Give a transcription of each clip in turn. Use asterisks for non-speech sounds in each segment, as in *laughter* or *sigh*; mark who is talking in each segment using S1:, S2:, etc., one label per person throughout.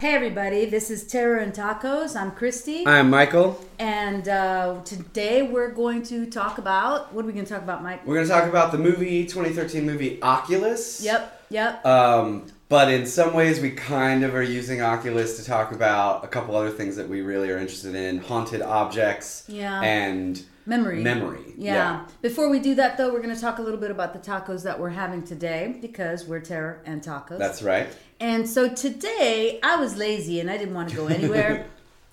S1: Hey, everybody, this is Terror and Tacos. I'm Christy.
S2: I'm Michael.
S1: and uh, today we're going to talk about what are we going to talk about, Mike?
S2: We're going to talk about the movie 2013 movie Oculus.
S1: Yep, yep.
S2: Um, but in some ways, we kind of are using Oculus to talk about a couple other things that we really are interested in: haunted objects
S1: Yeah.
S2: and
S1: memory.
S2: memory.
S1: Yeah. Before we do that, though, we're going to talk a little bit about the tacos that we're having today because we're Terror and Tacos.
S2: that's right.
S1: And so today I was lazy and I didn't want to go
S2: *laughs*
S1: anywhere.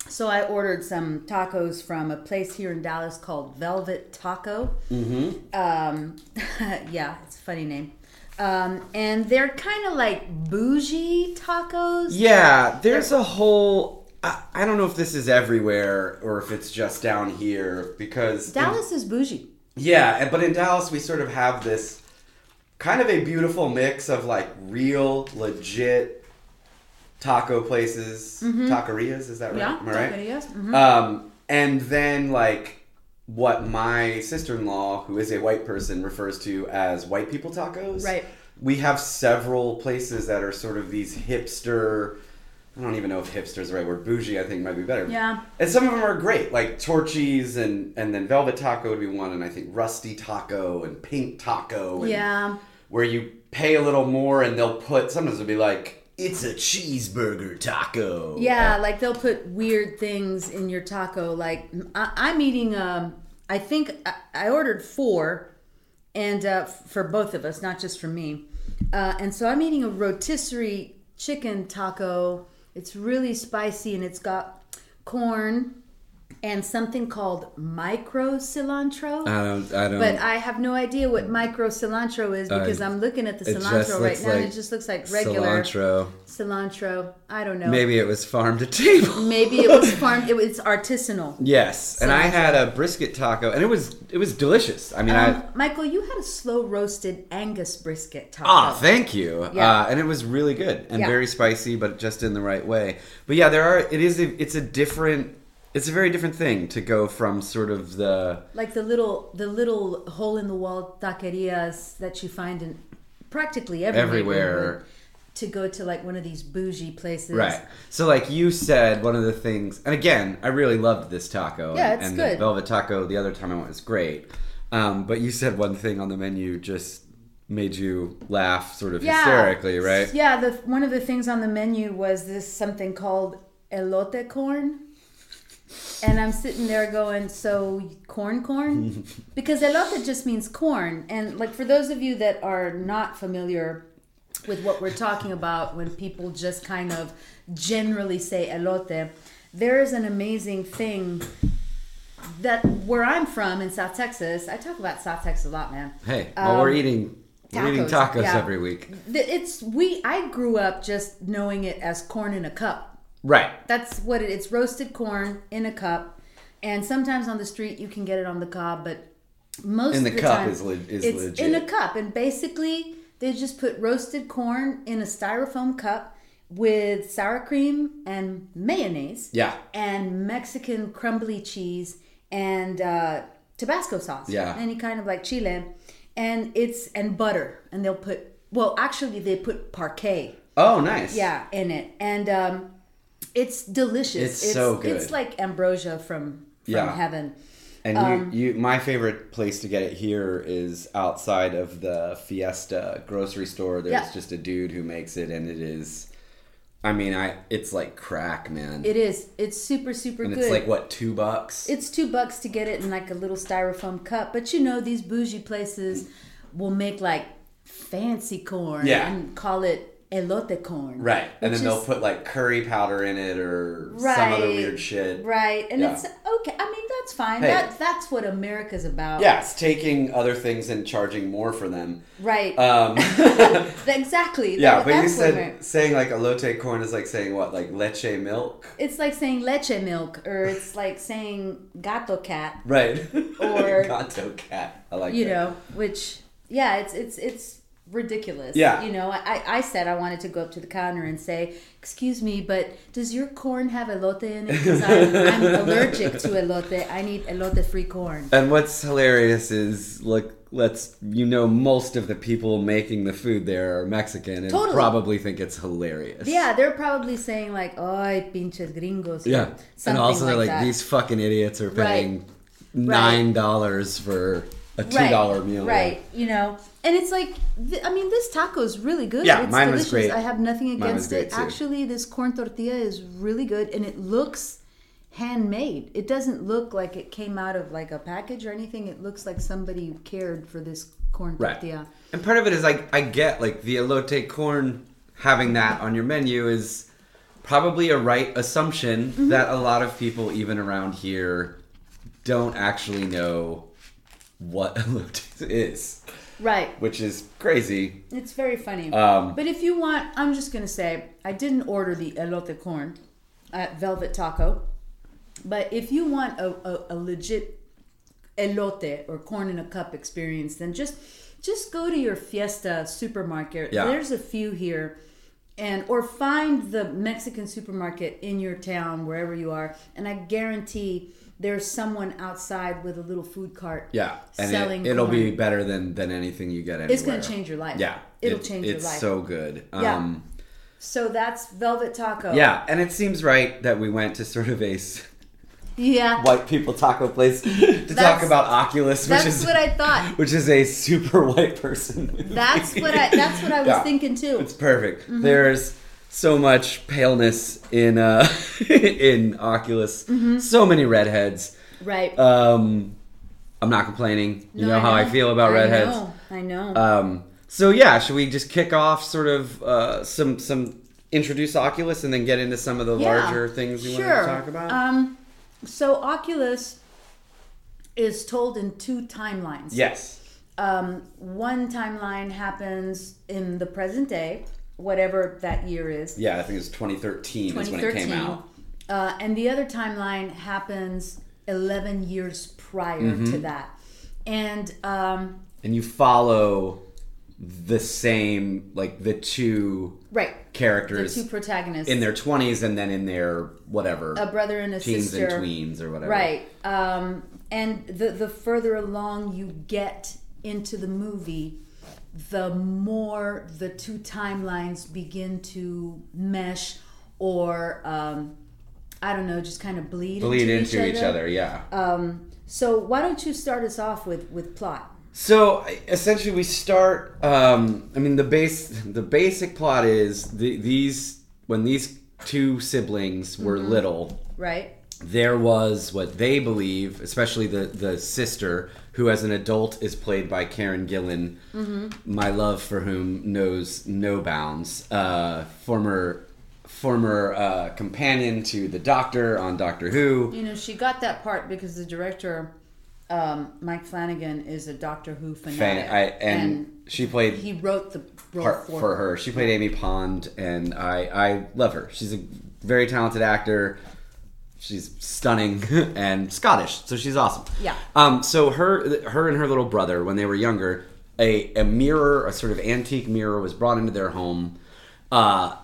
S1: so I ordered some tacos from a place here in Dallas called Velvet Taco. Mm-hmm. Um, *laughs* yeah, it's a funny name. Um, and they're kind of like bougie tacos.
S2: Yeah, there's a whole. I, I don't know if this is everywhere or if it's just down here because in-
S1: Dallas is bougie.
S2: yeah, and- but in Dallas we sort of have this kind of a beautiful mix of like real, legit taco places, taquerias. Is that right?
S1: Yeah,
S2: Am I right?
S1: taquerias,
S2: Um, and then like what my sister-in-law, who is a white person, refers to as white people tacos.
S1: Right.
S2: We have several places that are sort of these hipster. I don't even know if hipster is the right word. Bougie, I think, might be better.
S1: Yeah.
S2: And some of them are great, like Torchies and and then Velvet Taco would be one, and I think Rusty Taco and Pink Taco. And
S1: Yeah.
S2: Where you pay a little more and they'll put sometimes it'll be like it's a cheeseburger taco.
S1: Yeah, like they'll put weird things in your taco. Like I, I'm eating, um, I think I, I ordered four, and uh, f- for both of us, not just for me. Uh, and so I'm eating a rotisserie chicken taco. It's really spicy and it's got corn and something called micro cilantro.
S2: I don't. I don't.
S1: but I have no idea what micro cilantro is because I'm looking at the
S2: uh, it just
S1: cilantro right
S2: looks
S1: now. and
S2: like
S1: it just looks like regular cilantro. I don't know.
S2: it was farm to table. *laughs*
S1: Maybe it was farm. It was artisanal.
S2: Yes, and I had a brisket taco, and it was it was delicious. I mean, I
S1: Um, Michael, you had a slow roasted Angus brisket taco.
S2: ah, thank you.
S1: oh. Yeah.
S2: Uh, and it was really good and
S1: Yeah.
S2: very spicy, but just in the right way. But yeah, there are. It is. A, it's a different. It's a very different thing to go from sort of the
S1: like the little the little hole in the wall taquerias that you find in practically every
S2: Everywhere.
S1: neighborhood to go to like one of these bougie places.
S2: Right. So, like you said, one of the things, and again, I really loved this taco.
S1: Yeah,
S2: and,
S1: it's
S2: and
S1: good.
S2: The velvet taco the other time I went was great. Um, but you said one thing on the menu just made you laugh, sort of hysterically, right?
S1: Yeah. The one of the things on the menu was this something called elote corn. And I'm sitting there going, so corn,
S2: *laughs*
S1: corn, because elote just means corn. And like for those of you that are not familiar with what we're talking about, when people just kind of generally say elote, there is an amazing thing that where I'm from in South Texas, I talk about South Texas a lot, man.
S2: Hey, well, we're
S1: Um,
S2: eating we're eating
S1: tacos,
S2: tacos
S1: yeah.
S2: every week,
S1: Th- It's we. I grew up just knowing it as corn in a cup.
S2: right?
S1: That's what it, it's roasted corn in a cup, and sometimes on the street you can get it on the cob, but most
S2: In
S1: of
S2: the
S1: the
S2: cup
S1: time,
S2: is le- is
S1: it's
S2: legit.
S1: in a cup, and basically they just put roasted corn in a styrofoam cup with sour cream and mayonnaise,
S2: Yeah.
S1: and Mexican crumbly cheese and uh, Tabasco sauce,
S2: Yeah.
S1: any kind of like chile, and it's and butter, and they'll put well, actually they put parquet,
S2: Oh, nice.
S1: yeah, in it, and um, it's delicious.
S2: It's so good.
S1: It's like ambrosia from from
S2: Yeah.
S1: heaven.
S2: And
S1: um,
S2: you, you, my favorite place to get it here is outside of the Fiesta grocery store. There's
S1: Yeah.
S2: just a dude who makes it, and it is, I mean, I it's like crack, man.
S1: It is. It's super super
S2: and
S1: good.
S2: it's like what two bucks?
S1: It's two bucks to get it in like a little styrofoam cup, but you know these bougie places will make like fancy corn
S2: Yeah.
S1: and call it elote corn.
S2: right, and
S1: which
S2: then they'll
S1: is-
S2: put like curry powder in it or some other
S1: Right.
S2: weird shit.
S1: Right, and
S2: Yeah.
S1: it's okay. I mean, that's fine.
S2: Hey.
S1: That that's what America's about.
S2: Yeah, it's taking other things and charging more for them.
S1: Right. *laughs*
S2: Um,
S1: exactly.
S2: yeah,
S1: That-
S2: but you
S1: that's what
S2: said
S1: Amer-
S2: saying like elote corn is like saying what like leche milk,
S1: it's like saying leche milk, or it's like saying gato cat,
S2: right?
S1: Or-
S2: *laughs* gato cat. I like
S1: you
S2: that.
S1: know. Which yeah, it's it's it's ridiculous.
S3: Yeah.
S1: You know, I, I said I wanted to go up to the counter and say, Excuse me, but does your corn have elote in it? Because I'm, I'm
S2: *laughs*
S1: allergic to elote. I need elote free corn.
S2: And what's hilarious is look, let's you know most of the people making the food there are Mexican and
S1: Totally.
S2: probably think it's hilarious.
S1: Yeah, they're probably saying, like, Ay, pinches gringos. or
S2: Yeah.
S1: Something
S2: And also they're like
S1: that.
S2: these fucking idiots are paying
S1: Right.
S2: nine dollars for a two
S1: Right,
S2: dollar meal.
S1: Right. You know, and it's like, th- I mean, this taco is really good.
S2: Yeah,
S1: it's
S2: mine was
S1: delicious.
S2: great.
S1: I have nothing
S2: was
S1: against
S2: great
S1: it.
S2: too.
S1: Actually, this corn tortilla is really good and it looks handmade. It doesn't look like it came out of like a package or anything. It looks like somebody cared for this corn
S2: Right.
S1: tortilla.
S2: And part of it is like I get like the elote corn having that on your menu is probably a right assumption
S1: Mm-hmm.
S2: that a lot of people even around here don't actually know what *laughs* elote is,
S1: Right.
S2: which is crazy.
S1: It's very funny.
S2: Um,
S1: but if you want, I'm just gonna say I didn't order the elote corn at Velvet Taco, but if you want a, a, a legit elote or corn in a cup experience, then just just go to your Fiesta supermarket.
S2: Yeah.
S1: There's a few here. And or find the Mexican supermarket in your town, wherever you are, and I guarantee there's someone outside with a little food cart.
S2: Yeah, and
S1: Selling
S2: it, will be
S1: corn.
S2: better than than anything you get anywhere.
S1: It's gonna change your life.
S2: Yeah,
S1: It'll
S2: it-
S1: change your life.
S2: It's so good.
S1: Yeah.
S2: Um,
S1: So that's Velvet Taco.
S2: yeah, Oh, and it seems right that we went to sort of a s-
S1: Yeah.
S2: white people taco place
S1: *laughs*
S2: to talk
S1: That's-
S2: about Oculus, which
S1: That's
S2: is
S1: what I thought.
S2: which is a super white person. movie.
S1: That's what
S2: *laughs*
S1: I Mm-hmm. that's what I was
S2: Yeah.
S1: thinking too.
S2: It's perfect. There's so much paleness in uh *laughs* in Oculus.
S1: Mm-hmm.
S2: So many redheads.
S1: Right.
S2: Um I'm not complaining. You
S1: No,
S2: know how I, feel about
S1: I
S2: redheads.
S1: know. I know.
S2: Um so yeah, should we just kick off sort of uh some some introduce Oculus and then get into some of the
S1: Yeah.
S2: larger things you want
S1: Sure.
S2: to talk about?
S1: Um so Oculus is told in two timelines.
S2: yes.
S1: Um one timeline happens in the present day, whatever that year is.
S2: Yeah, I think it was 2013, is when it
S1: 2013.
S2: came out.
S1: Uh, and the other timeline happens 11 years prior to
S2: Mm-hmm.
S1: that. And um,
S2: And you follow the same like the two
S1: right, the
S2: characters
S1: two protagonists
S2: in their 20s and then in their whatever
S1: a brother and a
S2: teens
S1: sister.
S2: and tweens or whatever
S1: Right. Um, and the the further along you get into the movie, the more the two timelines begin to mesh, or um, I don't know, just kind of bleed
S2: bleed
S1: into, each, other. Uh,
S2: yeah
S1: So why don't you start us off with with plot?
S2: so I- essentially we start um, i mean the base the basic plot is the, these when these two siblings were
S1: Mm-hmm.
S2: little
S1: Right.
S2: there was what they believe, especially the the sister, who as an adult is played by Karen Gillan, my love for whom knows no bounds, uh, former former uh, companion to the Doctor on Doctor Who.
S1: You know, she got that part because the director, um, Mike Flanagan, is a Doctor Who fanatic,
S2: Fan, I, and, she played
S1: he wrote the role
S2: part for, her. She played Amy Pond, and I I love her. She's a very talented actor. She's stunning *laughs* and Scottish, so she's awesome.
S1: Yeah.
S2: Um. So her her and her little brother, when they were younger, a a mirror, a sort of antique mirror, was brought into their home. Uh,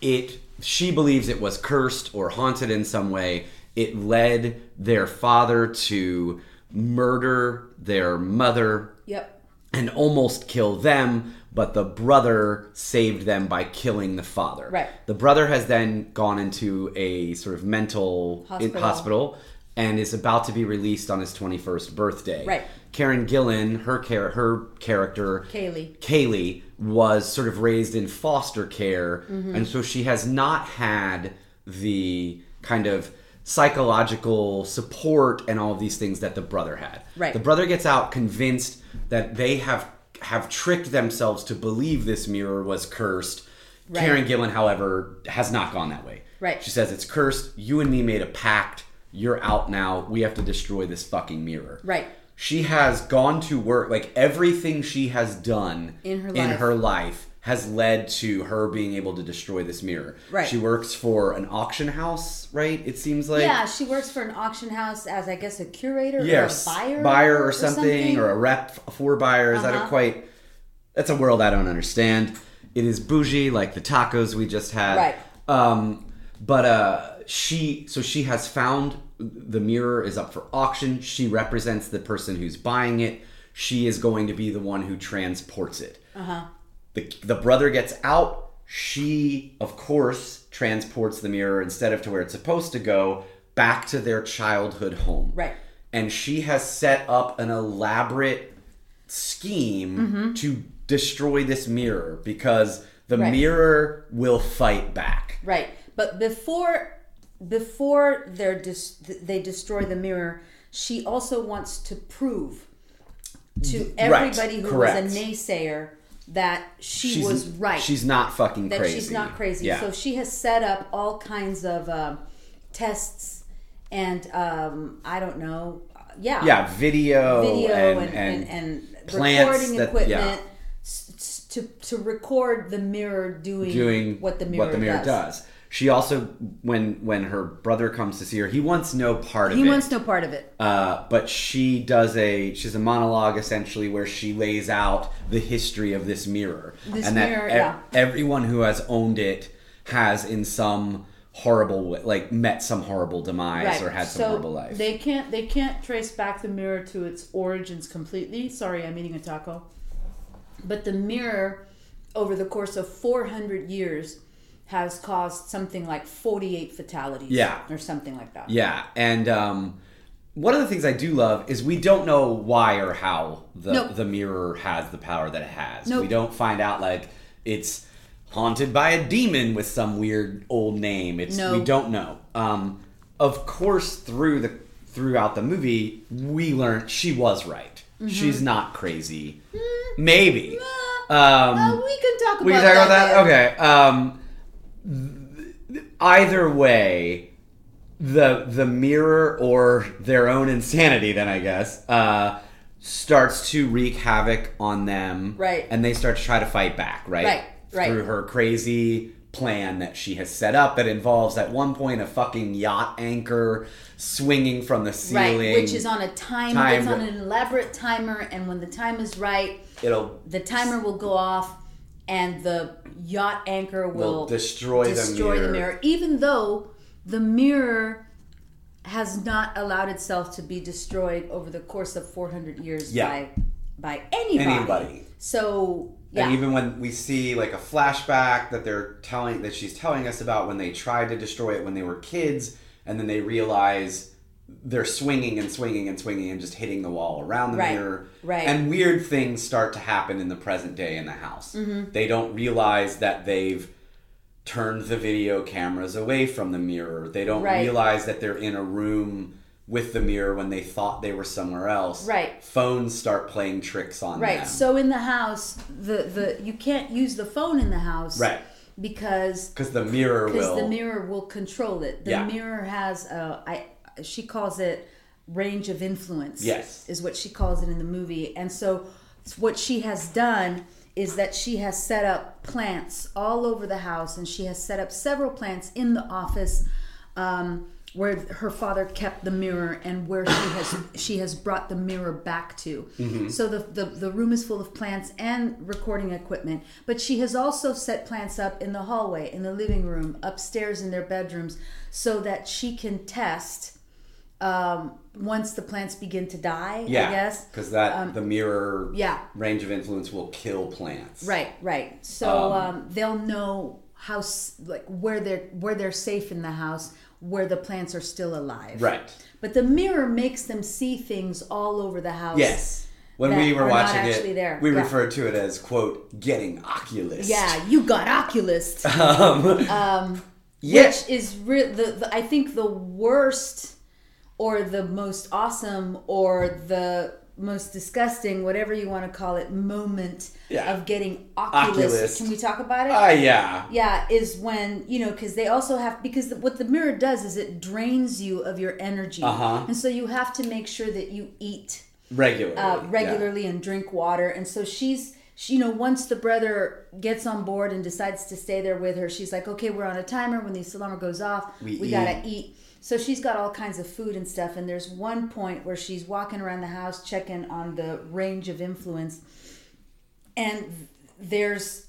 S2: it she believes it was cursed or haunted in some way it led their father to murder their mother
S1: Yep.
S2: and almost kill them, but the brother saved them by killing the father.
S1: Right.
S2: The brother has then gone into a sort of mental in-
S1: Hospital.
S2: hospital and is about to be released on his 21st birthday.
S1: Right.
S2: Karen Gillan, her char- her character
S1: Kaylee.
S2: Kaylee was sort of raised in foster care,
S1: Mm-hmm.
S2: and so she has not had the kind of psychological support and all of these things that the brother had.
S1: Right.
S2: The brother gets out convinced that they have have tricked themselves to believe this mirror was cursed.
S1: Right.
S2: Karen Gillan, however, has not gone that way.
S1: Right.
S2: She says it's cursed. You and me made a pact. You're out now. We have to destroy this fucking mirror
S1: Right.
S2: she has gone to work like everything she has done
S1: In her
S2: in
S1: life.
S2: her life has led to her being able to destroy this mirror
S1: Right.
S2: she works for an auction house right it seems like
S1: yeah, she works for an auction house as I guess a curator
S2: yes
S1: or a buyer,
S2: or, something, or a rep for buyers i don't
S1: Uh-huh.
S2: quite That's a world I don't understand. It is bougie, like the tacos we just had.
S1: Right.
S2: Um, but uh, she, so she has found the mirror is up for auction. She represents the person who's buying it. She is going to be the one who transports it. Uh-huh. The, the brother gets out. She, of course, transports the mirror instead of to where it's supposed to go, back to their childhood home.
S1: Right.
S2: And she has set up an elaborate scheme to destroy this mirror because the
S1: Mm-hmm. Right.
S2: mirror will fight back.
S1: Right, but before before they're dis- they destroy the mirror, she also wants to prove to everybody who
S2: correct.
S1: was a naysayer that she was right,
S2: She's not fucking
S1: that
S2: crazy.
S1: she's not crazy.
S2: Yeah.
S1: So she has set up all kinds of um, tests and um, I don't know, yeah,
S2: yeah, video,
S1: video
S2: Oh, and,
S1: and and, and,
S2: plants
S1: recording
S2: that-
S1: equipment.
S2: yeah.
S1: s- s- To, to record the mirror doing,
S2: doing
S1: what the mirror,
S2: does. She also, when when her brother comes to see her, he wants no part of
S1: He
S2: it.
S1: wants no part of it.
S2: Uh, but she does a she's a monologue essentially where she lays out the history of this mirror
S1: This
S2: and that
S1: mirror,
S2: ev-
S1: yeah.
S2: everyone who has owned it has in some horrible way, like met some horrible demise or had some
S1: so
S2: horrible life
S4: They can't they can't trace back the mirror to its origins completely. Sorry, I'm eating a taco.
S1: But the mirror, over the course of 400 years, has caused something like 48 fatalities.
S2: Yeah.
S1: Or something like that.
S2: yeah and um one of the things I do love is we don't know why or how the,
S1: Nope.
S2: the mirror has the power that it has.
S1: Nope.
S2: We don't find out like it's haunted by a demon with some weird old name. It's
S1: No.
S2: we don't know. Um, of course, through the throughout the movie, we learn she was right.
S1: Mm-hmm.
S2: She's not crazy. Maybe. Um,
S1: Uh, we can talk about
S2: we can talk about that. Okay. Um, th- either way, the the mirror or their own insanity, then I guess, uh, starts to wreak havoc on them.
S1: Right.
S2: And they start to try to fight back. Right.
S1: Right, right.
S2: Through her crazy plan that she has set up that involves at one point a fucking yacht anchor swinging from the
S1: Right,
S2: ceiling
S1: which is on a time,
S2: Time-
S1: it's on an elaborate timer, and when the time is right,
S2: it'll
S1: the timer will go off, and the yacht anchor will,
S5: Will destroy the
S1: destroy the
S5: mirror.
S1: mirror, even though the mirror has not allowed itself to be destroyed over the course of 400 years
S2: Yeah.
S1: by by anybody.
S2: Anybody.
S1: So yeah,
S5: And even when we see like a flashback that they're telling that she's telling us about when they tried to destroy it when they were kids, and then they realize they're swinging and swinging and swinging and just hitting the wall around the
S1: Right,
S5: mirror.
S1: right.
S5: And weird things start to happen in the present day in the house.
S1: Mm-hmm.
S5: They don't realize that they've turned the video cameras away from the mirror. They don't
S1: Right.
S5: realize that they're in a room with the mirror when they thought they were somewhere else.
S1: Right.
S5: Phones start playing tricks on
S1: right.
S5: them.
S1: So in the house, the the you can't use the phone in the house,
S5: Right.
S1: Because
S5: Because the mirror
S1: because
S5: will.
S1: the mirror will control it. The
S5: Yeah.
S1: mirror has a I she calls it range of influence.
S5: Yes.
S1: is what she calls it in the movie. And so what she has done is that she has set up plants all over the house and she has set up several plants in the office um, where her father kept the mirror and where she has *coughs* she has brought the mirror back to. So the, the the room is full of plants and recording equipment, but she has also set plants up in the hallway, in the living room, upstairs in their bedrooms so that she can test um, once the plants begin to die, I guess. Um,
S5: Because that the mirror
S1: yeah.
S5: range of influence will kill plants.
S1: Right, right. So um, they'll know how s- like where they're where they're safe in the house, where the plants are still alive.
S5: Right.
S1: But the mirror makes them see things all over the house.
S5: Yes. When
S1: That
S5: we were
S1: are not
S5: watching
S1: actually
S5: it,
S1: there.
S5: we
S1: Yeah.
S5: referred to it as quote getting Oculus.
S1: Yeah, you got
S5: *laughs*
S1: Oculus,
S5: Yes.
S1: which is re- the, the I think the worst or the most awesome or the most disgusting, whatever you want to call it, moment
S5: Yeah.
S1: of getting Oculus.
S5: Oculus.
S1: Can we talk about it?
S5: Ah, yeah.
S1: yeah is when you know because they also have because the, what the mirror does is it drains you of your energy
S5: Uh-huh.
S1: and so you have to make sure that you eat
S5: Regularly.
S1: uh,
S5: yeah.
S1: regularly and drink water and so she's she, you know once the brother gets on board and decides to stay there with her she's like okay we're on a timer when the alarm goes off
S5: We
S1: gotta eat so she's got all kinds of food and stuff and there's one point where she's walking around the house checking on the range of influence and there's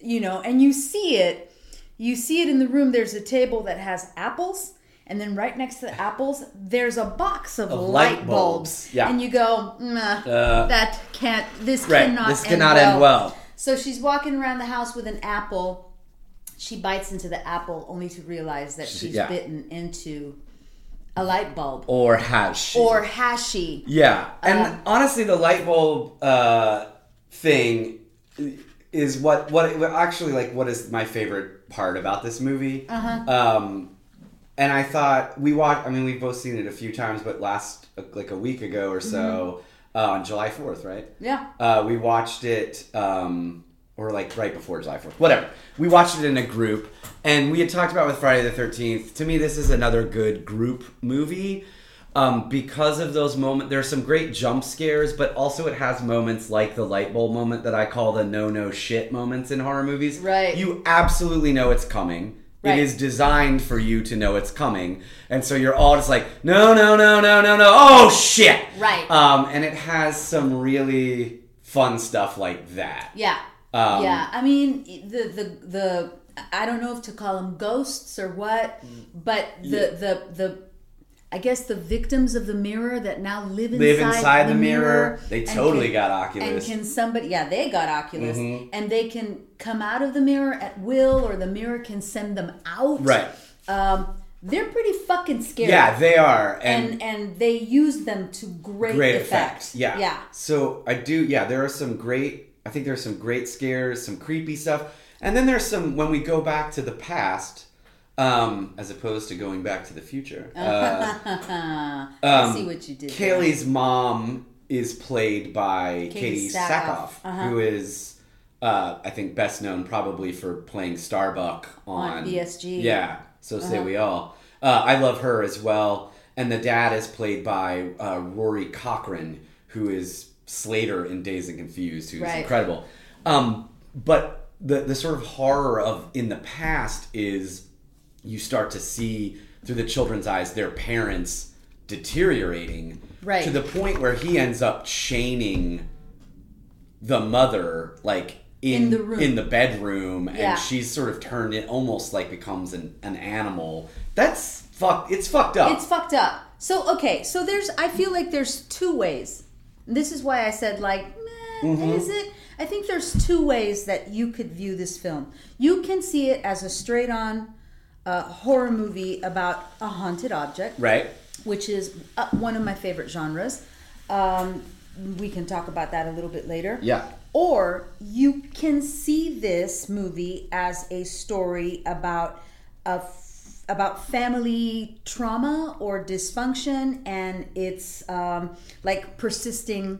S1: you know and you see it you see it in the room there's a table that has apples and then right next to the apples there's a box of, light,
S6: light
S1: bulbs,
S6: bulbs. Yeah. Uh,
S1: and you go nah, that can't this
S6: right,
S1: cannot
S6: this cannot end well.
S1: so she's walking around the house with an apple she bites into the apple only to realize that she's
S6: yeah.
S1: bitten into a light bulb
S6: Or has she?
S1: or has she
S2: Yeah, and
S1: Um,
S2: honestly, the light bulb uh, thing is what what well, actually like what is my favorite part about this movie. Uh-huh. Um, and I thought we watched. I mean, we've both seen it a few times, but last uh, like a week ago or so uh, on July Fourth, right?
S1: yeah
S2: Uh, we watched it, um, or like right before July 4th, whatever. We watched it in a group, and we had talked about with Friday the 13th. To me, this is another good group movie um, because of those moments. There are some great jump scares, but also it has moments like the light bulb moment that I call the no no shit moments in horror movies.
S1: Right.
S2: You absolutely know it's coming.
S1: Right.
S2: It is designed for you to know it's coming. And so you're all just like, no, no, no, no, no, no. Oh, shit.
S1: Right.
S2: Um, and it has some really fun stuff like that.
S1: Yeah.
S2: Um,
S1: yeah. I mean, e, the the the I don't know if to call them ghosts or what,
S2: Mm.
S1: but the the the I guess the victims of the mirror that now live inside,
S2: Live inside the, mirror. They
S1: and
S2: totally
S1: can-
S2: got
S1: And
S2: Oculus. Mm-hmm.
S1: can somebody? Yeah, they got Oculus, and they can come out of the mirror at will, or the mirror can send them out.
S2: Right.
S1: Um, they're pretty fucking scary.
S2: yeah, they are. And,
S1: and and they use them to great,
S2: great
S1: effect.
S2: effects. Yeah.
S1: Yeah.
S2: So I do, yeah, there are some great, I think there's some great scares, some creepy stuff. And then there's some, when we go back to the past, um, as opposed to going back to the future.
S1: *laughs*
S2: Uh, Um,
S1: I see what you did. there.
S2: Kaylee's mom is played by Katie, Sackhoff, Uh-huh.
S1: Sackhoff.
S2: who is, uh, I think, best known probably for playing Starbuck on, E
S1: On BSG.
S2: Yeah, so say
S1: Uh-huh.
S2: we all. Uh, I love her as well. And the dad is played by uh, Rory Cochrane, who is Slater in Days and Confused, who's
S1: Right.
S2: incredible. Um, but the the sort of horror of in the past is you start to see through the children's eyes their parents deteriorating
S1: Right.
S2: to the point where he ends up chaining the mother like in,
S1: In the room.
S2: in the bedroom
S1: Yeah.
S2: and she's sort of turned it almost like becomes an, an animal that's fucked it's fucked up
S1: It's fucked up. So okay, so there's I feel like there's two ways. This is why I said like, meh, is it? I think there's two ways that you could view this film. You can see it as a straight-on uh, horror movie about a haunted object,
S2: right
S1: which is uh, one of my favorite genres. Um, we can talk about that a little bit later.
S2: Yeah.
S1: Or you can see this movie as a story about a f- about family trauma or dysfunction and its um, like persisting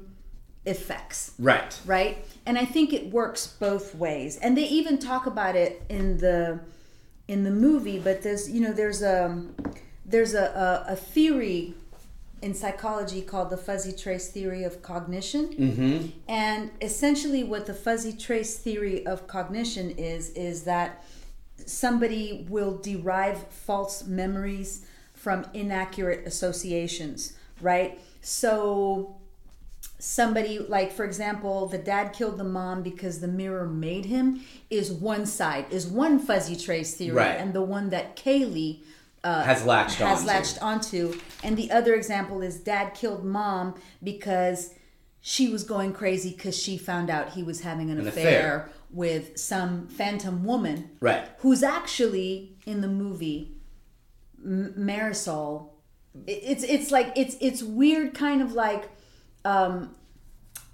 S1: effects
S2: right
S1: right? And I think it works both ways. And they even talk about it in the in the movie, but there's you know there's a there's a, a, a theory in psychology called the fuzzy trace theory of cognition. Mm-hmm. And essentially, what the fuzzy trace theory of cognition is is that somebody will derive false memories from inaccurate associations, right? So somebody like for example the dad killed the mom because the mirror made him is one side is one fuzzy trace theory
S2: Right.
S1: and the one that kaylee
S2: has latched on
S1: Uh, has latched onto and the other example is dad killed mom because she was going crazy because she found out he was having an, affair,
S2: affair.
S1: with some phantom woman
S2: Right.
S1: who's actually in the movie M- marisol It- it's it's like it's it's weird kind of like um,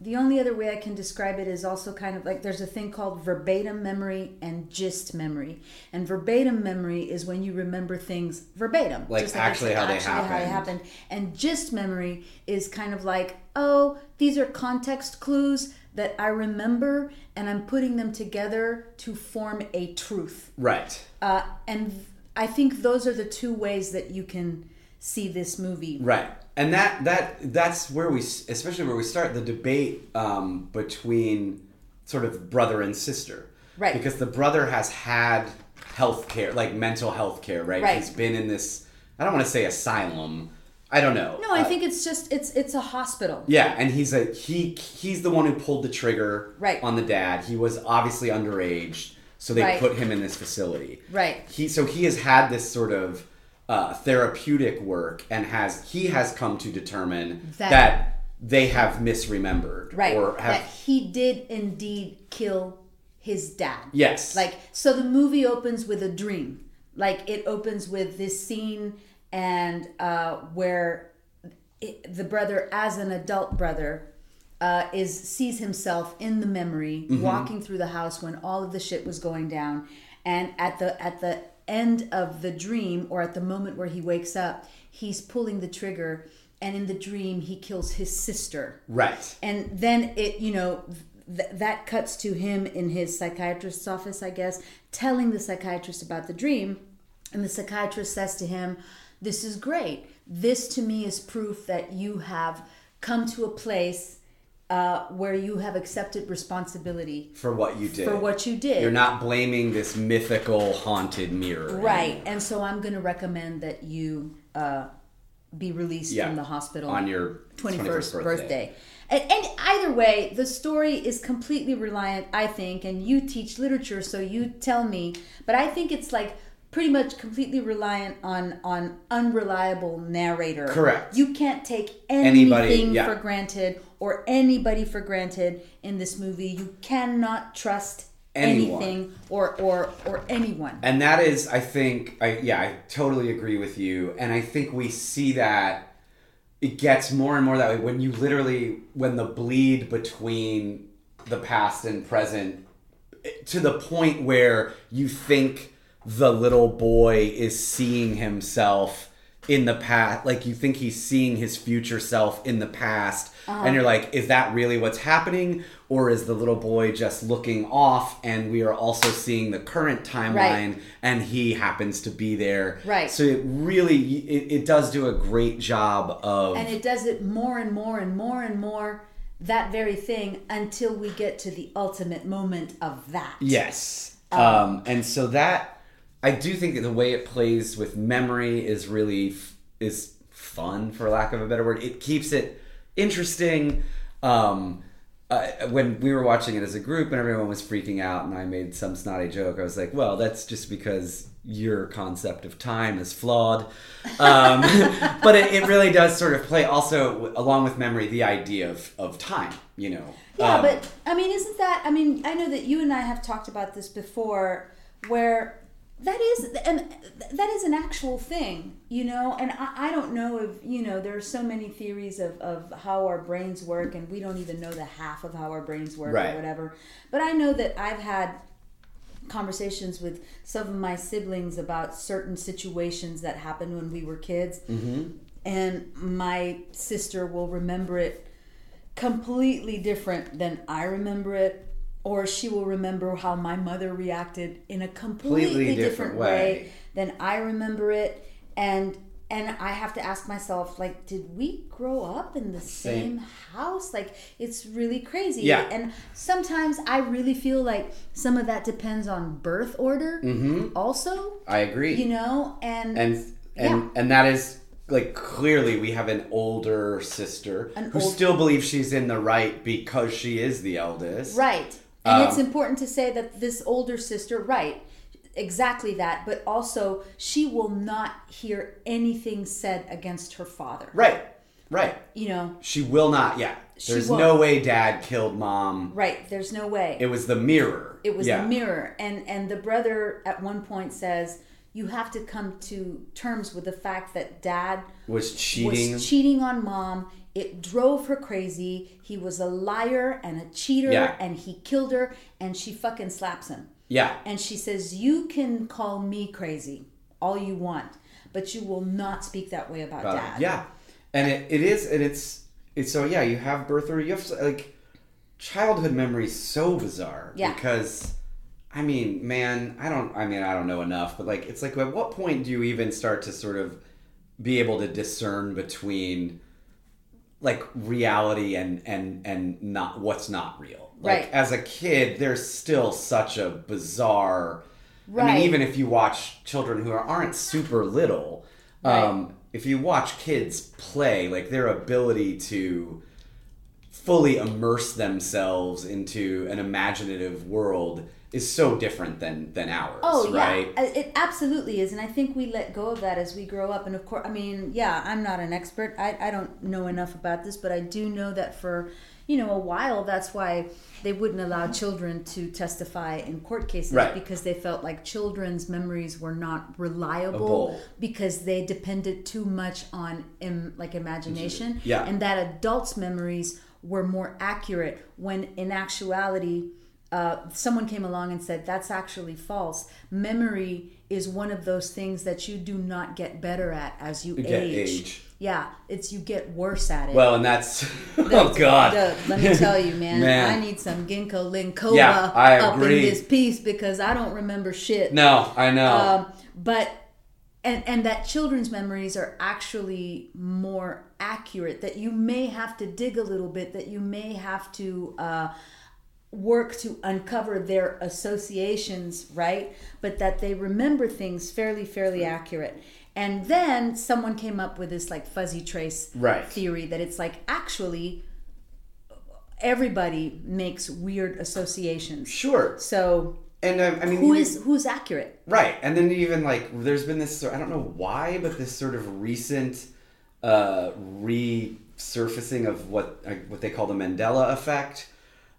S1: the only other way I can describe it is also kind of like there's a thing called verbatim memory and gist memory. And verbatim memory is when you remember things verbatim,
S2: Like
S1: I
S2: actually
S1: said,
S2: how they happened.
S1: happened. And gist memory is kind of like, oh, these are context clues that I remember and I'm putting them together to form a truth.
S2: right
S1: Uh, and I think those are the two ways that you can see this movie.
S2: Right, and that that that's where we, especially where we start the debate um, between sort of brother and sister.
S1: Right.
S2: because the brother has had health care, like mental health care. Right?
S1: Right.
S2: he's been in this. I don't want to say asylum, I don't know.
S1: No, I
S2: Uh,
S1: think it's just it's it's a hospital.
S2: Yeah, and he's a he he's the one who pulled the trigger
S1: Right.
S2: on the dad. He was obviously underage, so they
S1: Right.
S2: put him in this facility.
S1: Right.
S2: He so he has had this sort of uh, therapeutic work and has he has come to determine that,
S1: That-
S2: they have misremembered
S1: Right.
S2: or have
S1: that he did indeed kill his dad.
S2: Yes.
S1: Like so the movie opens with a dream. Like it opens with this scene and uh where it, the brother as an adult brother uh, is sees himself in the memory
S2: Mm-hmm.
S1: walking through the house when all of the shit was going down and at the at the end of the dream or at the moment where he wakes up he's pulling the trigger and in the dream he kills his sister
S2: right.
S1: and then it you know th- that cuts to him in his psychiatrist's office i guess telling the psychiatrist about the dream and the psychiatrist says to him this is great this to me is proof that you have come to a place uh, where you have accepted responsibility
S2: For what you did.
S1: for what you did
S2: You're not blaming this mythical haunted mirror.
S1: right and so i'm going to recommend that you uh, be released
S2: Yeah.
S1: from the hospital
S2: On your
S1: 21st, birthday. And, and either way, the story is completely reliant, I think, and you teach literature, so you tell me, but I think it's like pretty much completely reliant on on unreliable narrator.
S2: Correct.
S1: You can't take anything
S2: Anybody, yeah.
S1: for granted or anybody for granted in this movie. You cannot trust
S2: Anyone.
S1: anything or or or anyone.
S2: And that is, I think, I yeah, I totally agree with you. And I think we see that it gets more and more that way when you literally when the bleed between the past and present to the point where you think the little boy is seeing himself in the past like you think he's seeing his future self in the past and you're like is that really what's happening or is the little boy just looking off and we are also seeing the current timeline and he happens to be there
S1: Right.
S2: so it really it, it does do a great job of
S1: and it does it more and more and more and more that very thing until we get to the ultimate moment of that
S2: Yes.
S1: Oh.
S2: Um, and so that I do think that the way it plays with memory is really f- is fun for lack of a better word. It keeps it interesting. Um, uh, when we were watching it as a group and everyone was freaking out and I made some snotty joke, I was like, "Well, that's just because your concept of time is flawed." Um, *laughs* but it, it really does sort of play also w- along with memory the idea of, of time, you know.
S1: yeah
S2: Um,
S1: but i mean isn't that i mean i know that you and i have talked about this before where that is and that is an actual thing you know and i, I don't know if you know there are so many theories of, of how our brains work and we don't even know the half of how our brains work
S2: Right.
S1: or whatever but i know that i've had conversations with some of my siblings about certain situations that happened when we were kids. And my sister will remember it completely different than I remember it. Or she will remember how my mother reacted in a completely, different,
S2: different
S1: way.
S2: way.
S1: than I remember it. And and I have to ask myself, like, did we grow up in the
S2: Same.
S1: same house? Like, it's really crazy.
S2: Yeah.
S1: And sometimes I really feel like some of that depends on birth order also,
S2: I agree.
S1: you know, and,
S2: and and
S1: Yeah.
S2: and that is like clearly we have an older sister
S1: An
S2: who
S1: old-
S2: still believes she's in the right because she is the eldest.
S1: right. And
S2: Um,
S1: it's important to say that this older sister, right, exactly that, but also she will not hear anything said against her father.
S2: Right. Right.
S1: You know,
S2: She will not. Yeah.
S1: She
S2: There's
S1: won't.
S2: no way dad killed mom.
S1: right, there's no way.
S2: It was the mirror.
S1: It was
S2: yeah.
S1: the mirror, and and the brother at one point says, "You have to come to terms with the fact that Dad
S2: Was cheating.
S1: was cheating on Mom. It drove her crazy. He was a liar and a cheater,
S2: Yeah.
S1: and he killed her. And she fucking slaps him.
S2: yeah.
S1: And she says, "You can call me crazy all you want, but you will not speak that way about,
S2: about it.
S1: Dad."
S2: Yeah, and it, it is, and it's it's so yeah. You have birth order. You have like childhood memories so bizarre.
S1: Yeah.
S2: Because I mean, man, I don't. I mean, I don't know enough, but like, it's like, at what point do you even start to sort of be able to discern between like reality and and and not what's not real? Like
S1: Right.
S2: as a kid, there's still such a bizarre. I
S1: Right.
S2: mean, even if you watch children who aren't super little, um, if you watch kids play, like their ability to fully immerse themselves into an imaginative world is so different than than ours,
S1: Oh
S2: right?
S1: yeah, Uh, it absolutely is, and I think we let go of that as we grow up. And of course, I mean, yeah, I'm not an expert. I I don't know enough about this, but I do know that for you know a while, that's why they wouldn't allow children to testify in court cases
S2: Mm-hmm. Right.
S1: because they felt like children's memories were not
S2: Able.
S1: reliable because they depended too much on Im- like imagination,
S2: Yeah.
S1: and that adults' memories were more accurate when in actuality uh, someone came along and said that's actually false memory is one of those things that you do not get better at as you,
S2: get
S1: age.
S2: age.
S1: yeah it's you get worse at it
S2: Well, and that's *laughs* oh god.
S1: Duh, let me tell
S2: *laughs*
S1: you, man,
S2: Man.
S1: I need some ginkgo lincova
S2: Yeah, I
S1: up
S2: agree.
S1: in this piece because I don't remember shit.
S2: no, I know.
S1: Um, but and and that children's memories are actually more accurate. That you may have to dig a little bit. That you may have to uh, work to uncover their associations, right? But that they remember things fairly fairly accurate. And then someone came up with this like fuzzy trace
S2: Right.
S1: theory that it's like actually everybody makes weird associations.
S2: sure.
S1: So
S2: And um, I mean,
S1: who
S2: you-
S1: is who's accurate?
S2: Right, and then even like there's been this I don't know why, but this sort of recent uh, resurfacing of what uh, what they call the Mandela effect,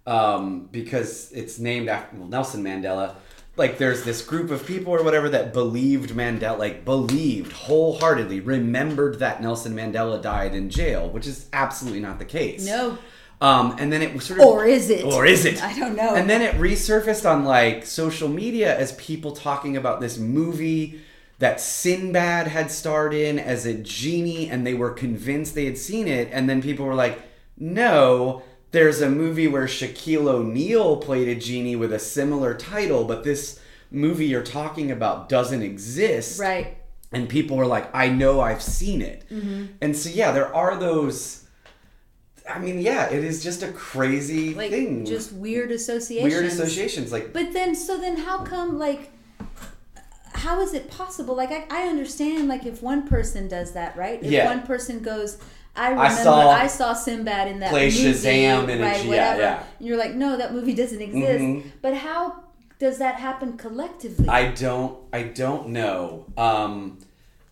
S2: um, because it's named after well, Nelson Mandela. Like there's this group of people or whatever that believed Mandela, like believed wholeheartedly, remembered that Nelson Mandela died in jail, which is absolutely not the case.
S1: No.
S2: Um, and then it was sort of
S1: Or is it?
S2: or is it
S1: I don't know.
S2: and then it resurfaced on like social media as people talking about this movie that Sinbad had starred in as a genie and they were convinced they had seen it and then people were like, "No, there's a movie where Shaquille O'Neal played a genie with a similar title, but this movie you're talking about doesn't exist."
S1: Right.
S2: And people were like, "I know I've seen it."
S1: Mm-hmm.
S2: And so yeah, there are those I mean, yeah, it is just a crazy
S1: like
S2: thing
S1: just weird associations.
S2: weird associations. Like,
S1: But then, so then, how come like? How is it possible? Like I, I understand, like if one person does that, right? If
S2: Yeah.
S1: one person goes, I remember I saw,
S2: saw-
S1: Sinbad in that
S2: Play
S1: movie,
S2: Shazam in a
S1: right,
S2: G- yeah,
S1: whatever.
S2: yeah.
S1: And you're like, no, that movie doesn't exist.
S2: Mhm.
S1: But how does that happen collectively?
S2: I don't, I don't know. Um,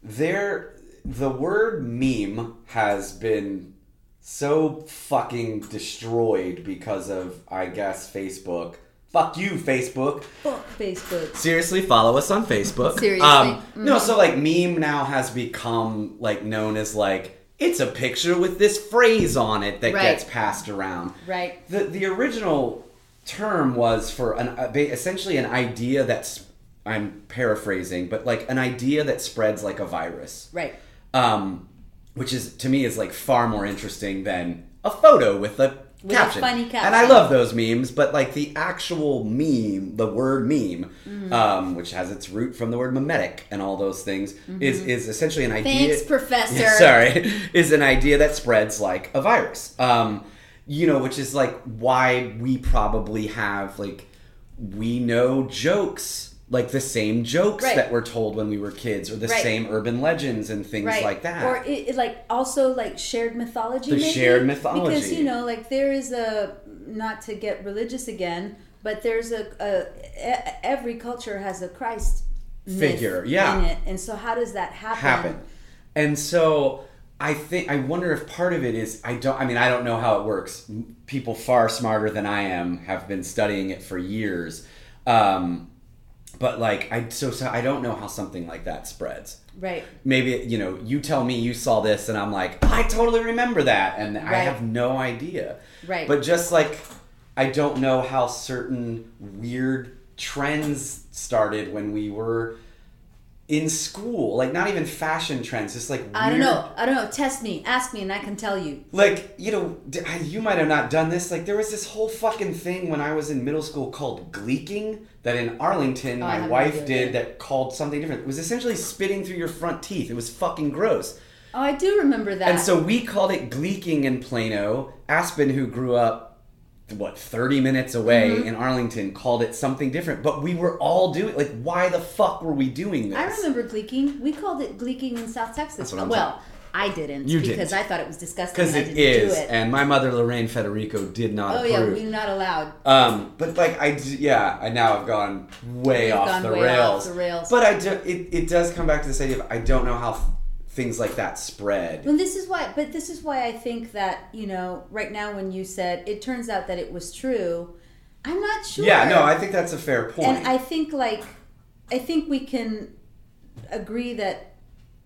S2: there, the word meme has been so fucking destroyed because of, I guess, Facebook. Fuck you, Facebook.
S1: Fuck Facebook.
S6: Seriously, follow us on Facebook.
S1: Seriously.
S2: Um,
S1: Mm-hmm.
S2: No, so like meme now has become like known as like it's a picture with this phrase on it that
S1: Right.
S2: gets passed around.
S1: Right.
S2: The the original term was for an uh, ba- essentially an idea that's I'm paraphrasing, but like an idea that spreads like a virus.
S1: Right.
S2: Um, which is to me is like far more interesting than a photo with a
S1: With a
S2: caption.
S1: funny
S2: And I
S1: caption.
S2: love those memes, but like the actual meme, the word meme,
S1: Mm-hmm.
S2: um, which has its root from the word mimetic and all those things, is is essentially an idea.
S1: Mm-hmm. Thanks, Professor.
S2: Yeah, sorry, *laughs* is an idea that spreads like a virus. Um, you know, which is like why we probably have like we know jokes like the same jokes
S1: Right.
S2: that were told when we were kids or the
S1: Right.
S2: same urban legends and things
S1: right.
S2: like that.
S1: or it, it like also like shared mythology.
S2: The
S1: maybe?
S2: shared mythology.
S1: because you know, like there is a not to get religious again, but there's a, a e- every culture has a Christ myth
S2: Figure, yeah.
S1: in it, and so how does that happen?
S2: happen. And so I think I wonder if part of it is I don't I mean I don't know how it works. M- People far smarter than I am have been studying it for years. Um but like I so, so I don't know how something like that spreads.
S1: Right.
S2: Maybe you know you tell me you saw this and I'm like I totally remember that and I
S1: Right.
S2: have no idea.
S1: Right.
S2: But just like I don't know how certain weird trends started when we were in school, like not even fashion trends, just like weird,
S1: I don't know. I don't know. Test me. Ask me, and I can tell you.
S2: Like you know, d- I- you might have not done this. Like there was this whole fucking thing when I was in middle school called gleeking that in Arlington
S1: Oh, I
S2: my
S1: have no
S2: wife
S1: idea.
S2: did that called something different. It was essentially spitting through your front teeth. It was fucking gross.
S1: Oh, I do remember that.
S2: And so we called it gleeking in Plano. Aspen, who grew up what 30 minutes away
S1: Mm-hmm.
S2: in Arlington called it something different, but we were all doing like why the fuck were we doing this?
S1: I remember gleeking. We called it gleeking in South Texas.
S2: That's what I'm
S1: well, I didn't
S6: You
S1: because
S6: didn't.
S1: I thought it was disgusting.
S2: because
S1: and I
S2: it
S1: didn't
S2: is,
S1: do it.
S2: and my mother Lorraine Federico did not
S1: oh yeah,
S2: approve.
S1: we're not allowed.
S2: Um, but like I, d- yeah, I now have gone way
S1: You've
S2: off
S1: gone
S2: the
S1: way off
S2: rails.
S1: the rails.
S2: But I do. It, it does come back to this idea of I don't know how th- things like that spread.
S1: Well, this is why, but this is why I think that you know, right now when you said it turns out that it was true, I'm not sure.
S2: Yeah, no, I think that's a fair point.
S1: and I think like, I think we can agree that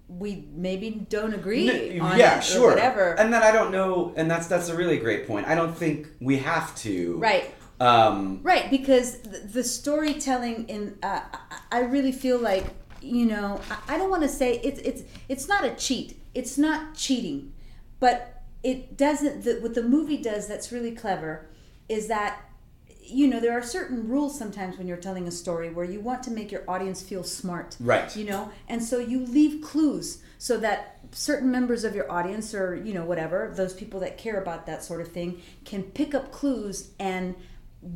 S1: we maybe don't agree.
S2: N-
S1: on
S2: yeah,
S1: it or
S2: sure.
S1: whatever.
S2: And then I don't know, and that's that's a really great point. I don't think we have to.
S1: right.
S2: Um,
S1: Right, because th- the storytelling in uh, I I really feel like you know I- I don't want to say it's it's it's not a cheat. It's not cheating, but it doesn't. The, what the movie does that's really clever is that you know there are certain rules sometimes when you're telling a story where you want to make your audience feel smart
S2: Right.
S1: you know and so you leave clues so that certain members of your audience or you know whatever those people that care about that sort of thing can pick up clues and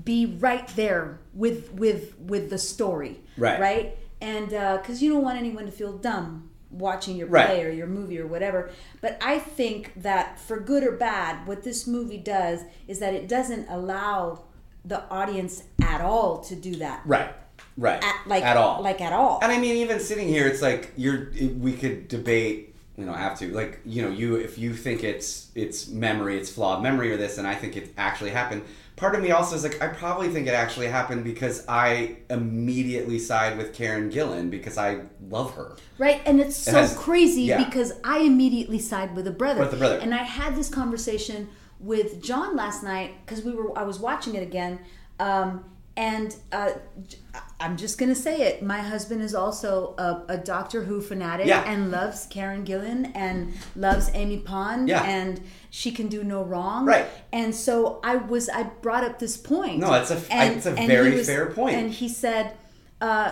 S1: be right there with with with the story
S2: Right.
S1: right and because you don't want anyone to feel dumb watching your
S2: Right.
S1: play or your movie or whatever but i think that for good or bad what this movie does is that it doesn't allow the audience at all to do that
S2: Right. Right.
S1: at, like
S2: at all.
S1: like at all
S2: And I mean, even sitting here, it's like you're. We could debate. We don't have to. Like you know, you if you think it's it's memory, it's flawed memory or this, and I think it actually happened. Part of me also is like, I probably think it actually happened because I immediately side with Karen Gillan because I love her.
S1: Right, and it's so
S2: has-
S1: crazy
S2: yeah.
S1: because I immediately side with the brother.
S2: With the brother.
S1: And I had this conversation with John last night because we were I was watching it again, um, and uh, j- I'm just gonna say it. My husband is also a, a Doctor Who fanatic
S2: Yeah.
S1: and loves Karen Gillan and loves Amy Pond
S2: Yeah.
S1: and she can do no wrong.
S2: Right.
S1: And so I was I brought up this point.
S2: No, it's a- it's a
S1: he
S2: very fair point.
S1: And he said. Uh,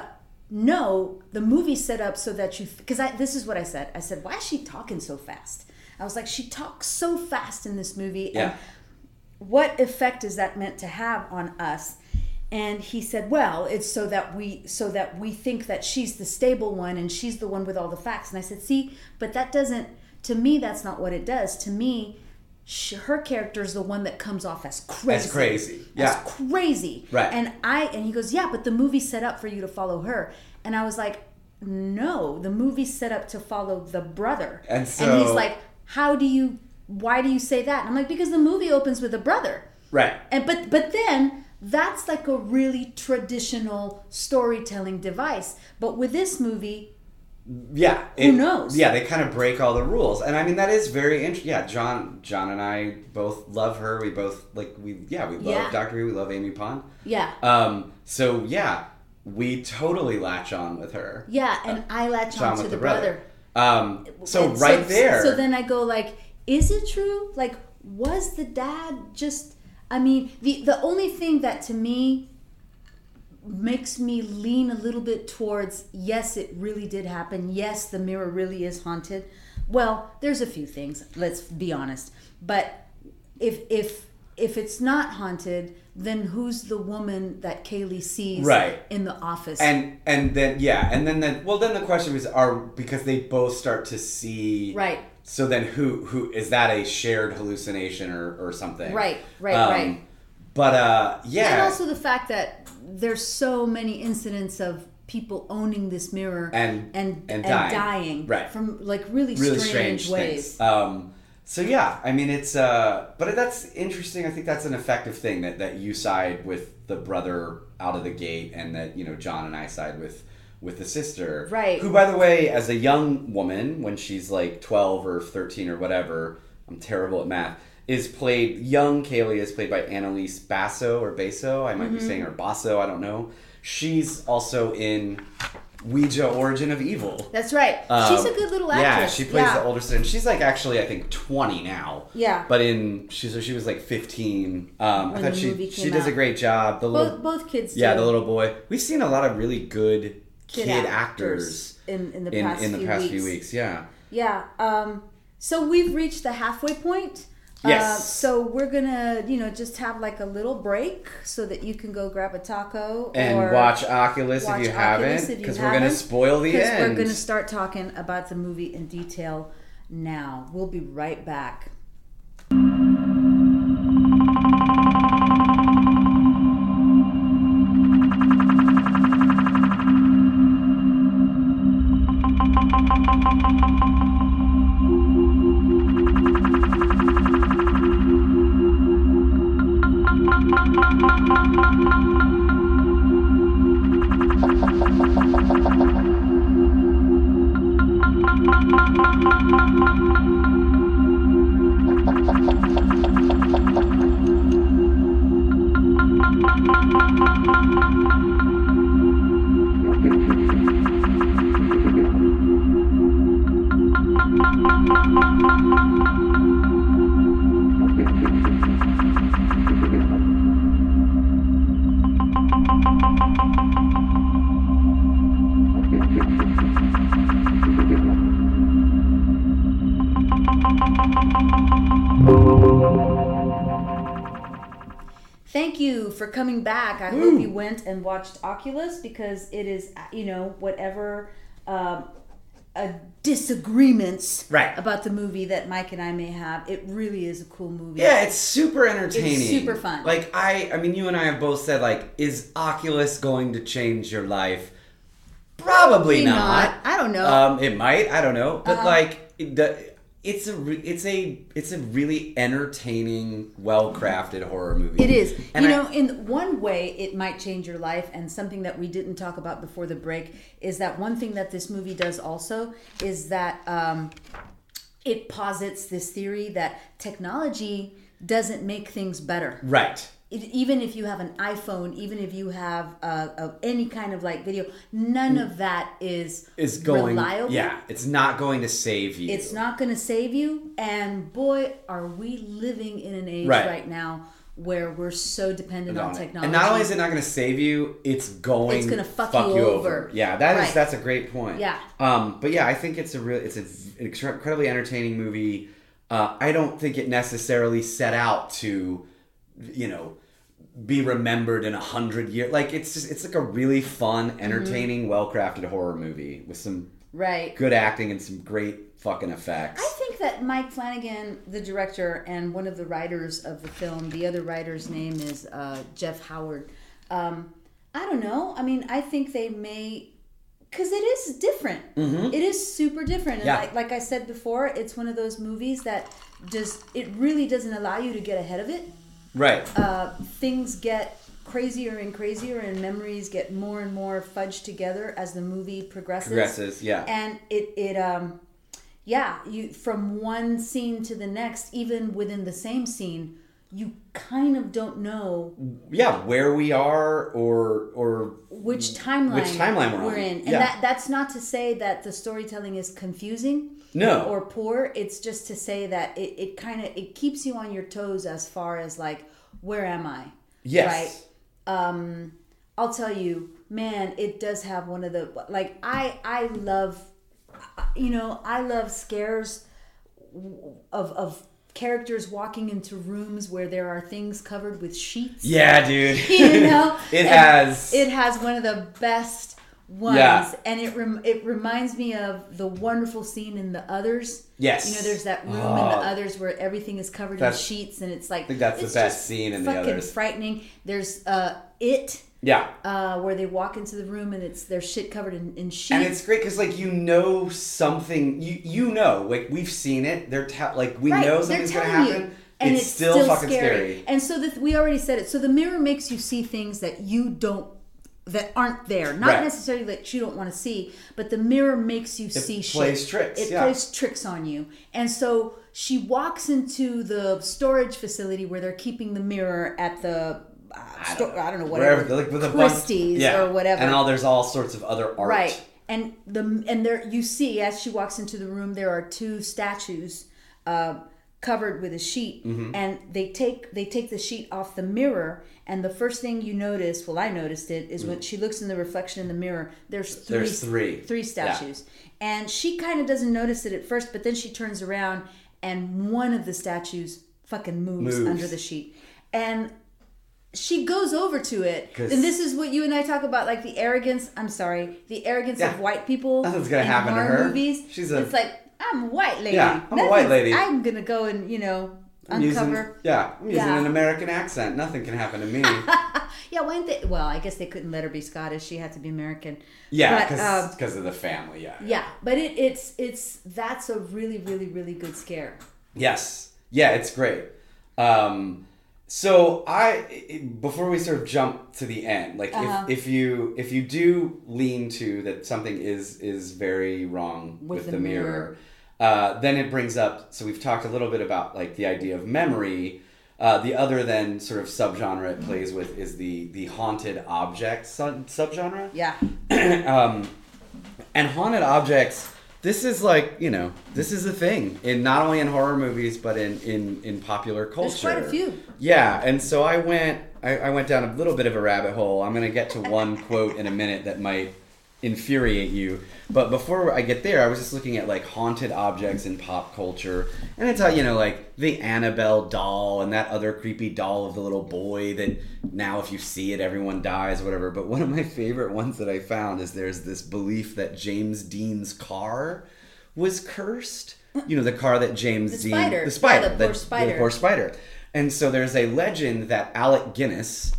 S1: no, the movie set up so that you because I this is what I said. I said, why is she talking so fast? I was like, she talks so fast in this movie.
S2: Yeah.
S1: And what effect is that meant to have on us? And he said, well, it's so that we so that we think that she's the stable one and she's the one with all the facts. And I said, see, but that doesn't to me. That's not what it does. To me. sh her character is the one that comes off as crazy.
S2: crazy.
S1: as
S2: Yeah.
S1: crazy.
S2: Right.
S1: And I and he goes, "Yeah, but the movie set up for you to follow her." And I was like, "No, the movie set up to follow the brother." and
S2: And
S1: he's
S2: so-
S1: like, "How do you why do you say that?" And I'm like, "Because the movie opens with a brother."
S2: Right.
S1: And but but then that's like a really traditional storytelling device. But with this movie,
S2: Yeah.
S1: Who knows?
S2: Yeah, they kind of break all the rules, and I mean that is very interesting. Yeah, John, John and I both love her. We both like we yeah we love
S1: Yeah.
S2: Doctor Who. We love Amy Pond.
S1: yeah.
S2: Um. So yeah, we totally latch on with her.
S1: yeah, and I latch
S2: John
S1: on to
S2: with
S1: the, brother.
S2: Um. So
S1: And
S2: right there.
S1: So then I go like, is it true? Like, was the dad just? I mean, the the only thing that to me makes me lean a little bit towards yes, it really did happen. Yes, the mirror really is haunted. Well, there's a few things. Let's be honest, but if if if it's not haunted, then who's the woman that Kaylee sees
S2: Right.
S1: in the office?
S2: and and then yeah, and then the well then the question was are because they both start to see
S1: Right.
S2: So then who who is that a shared hallucination or or something? Um,
S1: Right, right, right.
S2: But uh, yeah.
S1: And also the fact that there's so many incidents of people owning this mirror
S2: And-
S1: and,
S2: and dying. Right.
S1: from like really,
S2: really
S1: strange,
S2: strange,
S1: ways.
S2: things. Um, so yeah, I mean it's uh, but that's interesting. I think that's an effective thing that that you side with the brother out of the gate, and that you know John and I side with with the sister,
S1: Right.
S2: Who, by the way, as a young woman when she's like twelve or thirteen or whatever, I'm terrible at math. Is played young Kaylee is played by Annalise Basso or Basso. I might
S1: Mm-hmm.
S2: be saying her Basso. I don't know. She's also in Ouija Origin of Evil.
S1: That's right. She's a good little
S2: Um,
S1: actress.
S2: Yeah, she plays
S1: yeah.
S2: the older sister. She's like actually, I think, twenty now.
S1: Yeah.
S2: But in she so she was like fifteen. Um, I
S1: When
S2: thought
S1: the
S2: she
S1: movie
S2: she
S1: came
S2: does a
S1: out.
S2: great job. The little
S1: Both, both kids.
S2: yeah,
S1: do.
S2: the little boy. We've seen a lot of really good kid, actors,
S1: in in the
S2: in
S1: past,
S2: in the
S1: few,
S2: past
S1: weeks.
S2: few weeks. Yeah.
S1: Yeah. Um, so we've reached the halfway point Uh,
S2: Yes.
S1: so we're gonna, you know, just have like a little break so that you can go grab a taco
S2: and
S1: or
S2: watch Oculus
S1: watch
S2: if you
S1: Oculus
S2: haven't,
S1: if you
S2: because we're gonna
S1: haven't,
S2: spoil the
S1: 'cause
S2: end.
S1: We're gonna start talking about the movie in detail now. We'll be right back. Thank you for coming back. I hope you went and watched Oculus because it is, uh, you know, whatever um, uh, disagreements
S2: Right.
S1: about the movie that Mike and I may have. It really is a cool movie.
S2: Yeah, it's super entertaining.
S1: It's super fun.
S2: Like I I mean you and I have both said like is Oculus going to change your life? Probably
S1: Maybe
S2: not.
S1: I don't know.
S2: Um it might, I don't know.
S1: Uh-huh.
S2: But like it, do- it's a re- it's a it's a really entertaining, well-crafted horror movie.
S1: It is.
S2: And
S1: you
S2: I-
S1: know, in one way, it might change your life. And something that we didn't talk about before the break is that one thing that this movie does also is that um, it posits this theory that technology doesn't make things better.
S2: right.
S1: It, even if you have an iPhone, even if you have uh, uh, any kind of like video, none of that is
S2: Mm. Is going
S1: reliable.
S2: Yeah, it's not going to save you.
S1: It's not going to save you. And boy, are we living in an age
S2: Right.
S1: right, now where we're so dependent on
S2: on it.
S1: technology.
S2: And not only is it not going to save you, it's going
S1: It's gonna fuck you over.
S2: Yeah, that is
S1: Right.
S2: that's a great point.
S1: Yeah.
S2: Um, but yeah, I think it's a real it's a, an extra- incredibly entertaining movie. Uh, I don't think it necessarily set out to, you know, be remembered in a hundred years. Like it's just it's like a really
S1: Mm-hmm.
S2: fun, entertaining, well crafted horror movie with some
S1: right.
S2: good acting and some great fucking effects.
S1: I think that Mike Flanagan, the director, and one of the writers of the film, the other writer's name is uh, Jeff Howard. Um, I don't know. I mean, I think they may, because it is different. It is super different. And
S2: Mm-hmm. Yeah.
S1: like, like I said before, it's one of those movies that just, it really doesn't allow you to get ahead of it.
S2: right.
S1: uh, things get crazier and crazier and memories get more and more fudged together as the movie progresses
S2: Progresses, yeah.
S1: and it it um yeah you from one scene to the next even within the same scene you kind of don't know
S2: yeah, where we are or or
S1: which timeline
S2: Which timeline we're on.
S1: in and
S2: Yeah.
S1: that that's not to say that the storytelling is confusing
S2: no.
S1: or poor it's just to say that it, it kind of it keeps you on your toes as far as like where am i
S2: yes.
S1: right I'll tell you, man, it does have one of the like I I love you know, I love scares of of characters walking into rooms where there are things covered with sheets.
S2: Yeah, dude.
S1: *laughs* You know? And
S2: it has.
S1: It has one of the best ones
S2: Yeah.
S1: and it rem- it reminds me of the wonderful scene in the others.
S2: Yes.
S1: You know, there's that room in
S2: Oh.
S1: the others where everything is covered in
S2: That's-
S1: sheets and it's like I
S2: think that's the best scene in The
S1: fucking
S2: Others.
S1: frightening. There's uh it
S2: *laughs* yeah.
S1: uh, where they walk into the room and it's their shit covered in, in sheets.
S2: and it's great because like you know something you you know like we've seen it they're ta- like we
S1: Right,
S2: know
S1: they're
S2: something's gonna
S1: telling you.
S2: happen
S1: And
S2: it's, still, fucking scary,
S1: And so the, we already said it. So the mirror makes you see things that you don't, that aren't there. Not
S2: Right.
S1: necessarily that you don't want to see, but the mirror makes you see shit.
S2: plays tricks,
S1: It
S2: yeah.
S1: plays tricks on you. And so she walks into the storage facility where they're keeping the mirror at the. Uh, store, I don't know whatever,
S2: Wherever, like with a bunch-
S1: Christie's
S2: yeah.
S1: or whatever,
S2: and all there's all sorts of other art
S1: Right. And the and there you see as she walks into the room there are two statues uh, covered with a sheet
S2: Mm-hmm.
S1: and they take they take the sheet off the mirror and the first thing you notice well I noticed it is when she looks in the reflection in the mirror there's three
S2: Mm. There's three.
S1: three
S2: Yeah.
S1: statues and she kind of doesn't notice it at first but then she turns around and one of the statues fucking moves,
S2: Moves.
S1: under the sheet. And she goes over to it.
S2: 'Cause-
S1: And this is what you and I talk about, like the arrogance. I'm sorry, the arrogance
S2: Yeah.
S1: of white people.
S2: Nothing's gonna
S1: in
S2: happen to
S1: horror
S2: her.
S1: Movies.
S2: She's a-
S1: It's like I'm a white lady.
S2: Yeah, I'm a white
S1: Nothing's-
S2: lady.
S1: I'm gonna go and you know
S2: I'm using,
S1: uncover.
S2: yeah, I'm using
S1: Yeah.
S2: an American accent. Nothing can happen to me. *laughs*
S1: Yeah, why didn't they? Well, I guess they couldn't let her be Scottish. She had to be American.
S2: Yeah,
S1: but,
S2: because
S1: um,
S2: of the family. Yeah.
S1: yeah, but it, it's it's that's a really really really good scare.
S2: Yes. Yeah, it's great. Um, so I i- before we sort of jump to the end, like
S1: Uh-huh.
S2: if, if you if you do lean to that something is is very wrong with, the,
S1: the
S2: mirror,
S1: mirror.
S2: uh, then it brings up. So we've talked a little bit about like the idea of memory. Uh, the other then sort of subgenre
S1: Mm-hmm.
S2: it plays with is the the haunted object sub- subgenre
S1: Yeah,
S2: um, and haunted objects this is like you know this is a thing in not only in horror movies but in in in popular culture
S1: There's quite a few.
S2: yeah and so i went I, I went down a little bit of a rabbit hole i'm gonna get
S1: *laughs*
S2: to one quote in a minute that might infuriate you but before i get there i was just looking at like haunted objects in pop culture and it's how you know like the annabelle doll and that other creepy doll of the little boy that now if you see it everyone dies whatever but one of my favorite ones that i found is there's this belief that james dean's car was cursed you know the car that james
S1: The
S2: dean
S1: spider.
S2: the spider
S1: Yeah, the poor spider.
S2: the poor spider. And so there's a legend that Alec Guinness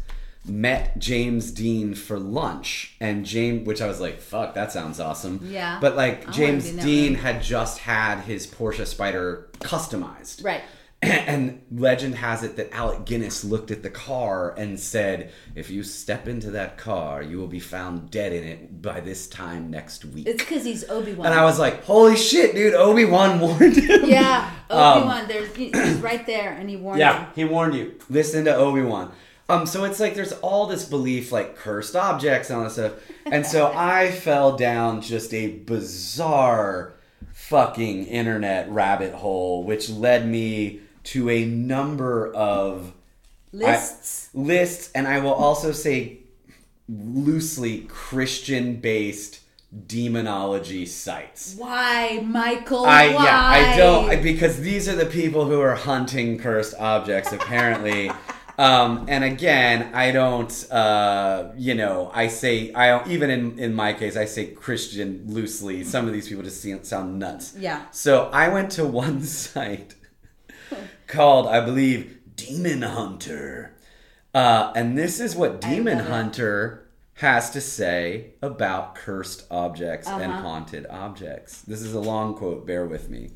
S2: met James Dean for lunch, and James, which I was like, "Fuck, that sounds awesome."
S1: Yeah.
S2: But
S1: I
S2: like
S1: wanna be
S2: James
S1: in that
S2: Dean
S1: room.
S2: had just had his Porsche Spider customized,
S1: Right.
S2: *clears throat* And legend has it that Alec Guinness looked at the car and said, "If you step into that car, you will be found dead in it by this time next week."
S1: it's because he's Obi Wan.
S2: and I was like, "Holy shit, dude! Obi Wan warned him."
S1: yeah, Obi Wan. there's he- he's right there, and he warned
S2: Um, Yeah,
S1: him.
S2: he warned you. Listen to Obi Wan. Um, so it's like there's all this belief, like cursed objects and all this stuff. And so I fell down just a bizarre fucking internet rabbit hole, which led me to a number of
S1: Lists.
S2: I- lists, and I will also say loosely Christian based demonology sites.
S1: why, Michael?
S2: I
S1: why?
S2: yeah, I don't I- because these are the people who are hunting cursed
S1: *laughs*
S2: objects apparently. um, and again, I don't uh, you know, I say I don't, even in in my case I say Christian loosely. Some of these people just seem, sound nuts.
S1: Yeah.
S2: So I went to one *laughs* site called I believe Demon Hunter. Uh, and this is what Demon
S1: love it.
S2: Hunter has to say about cursed objects and
S1: Uh-huh.
S2: haunted objects. This is a long quote, bear with me.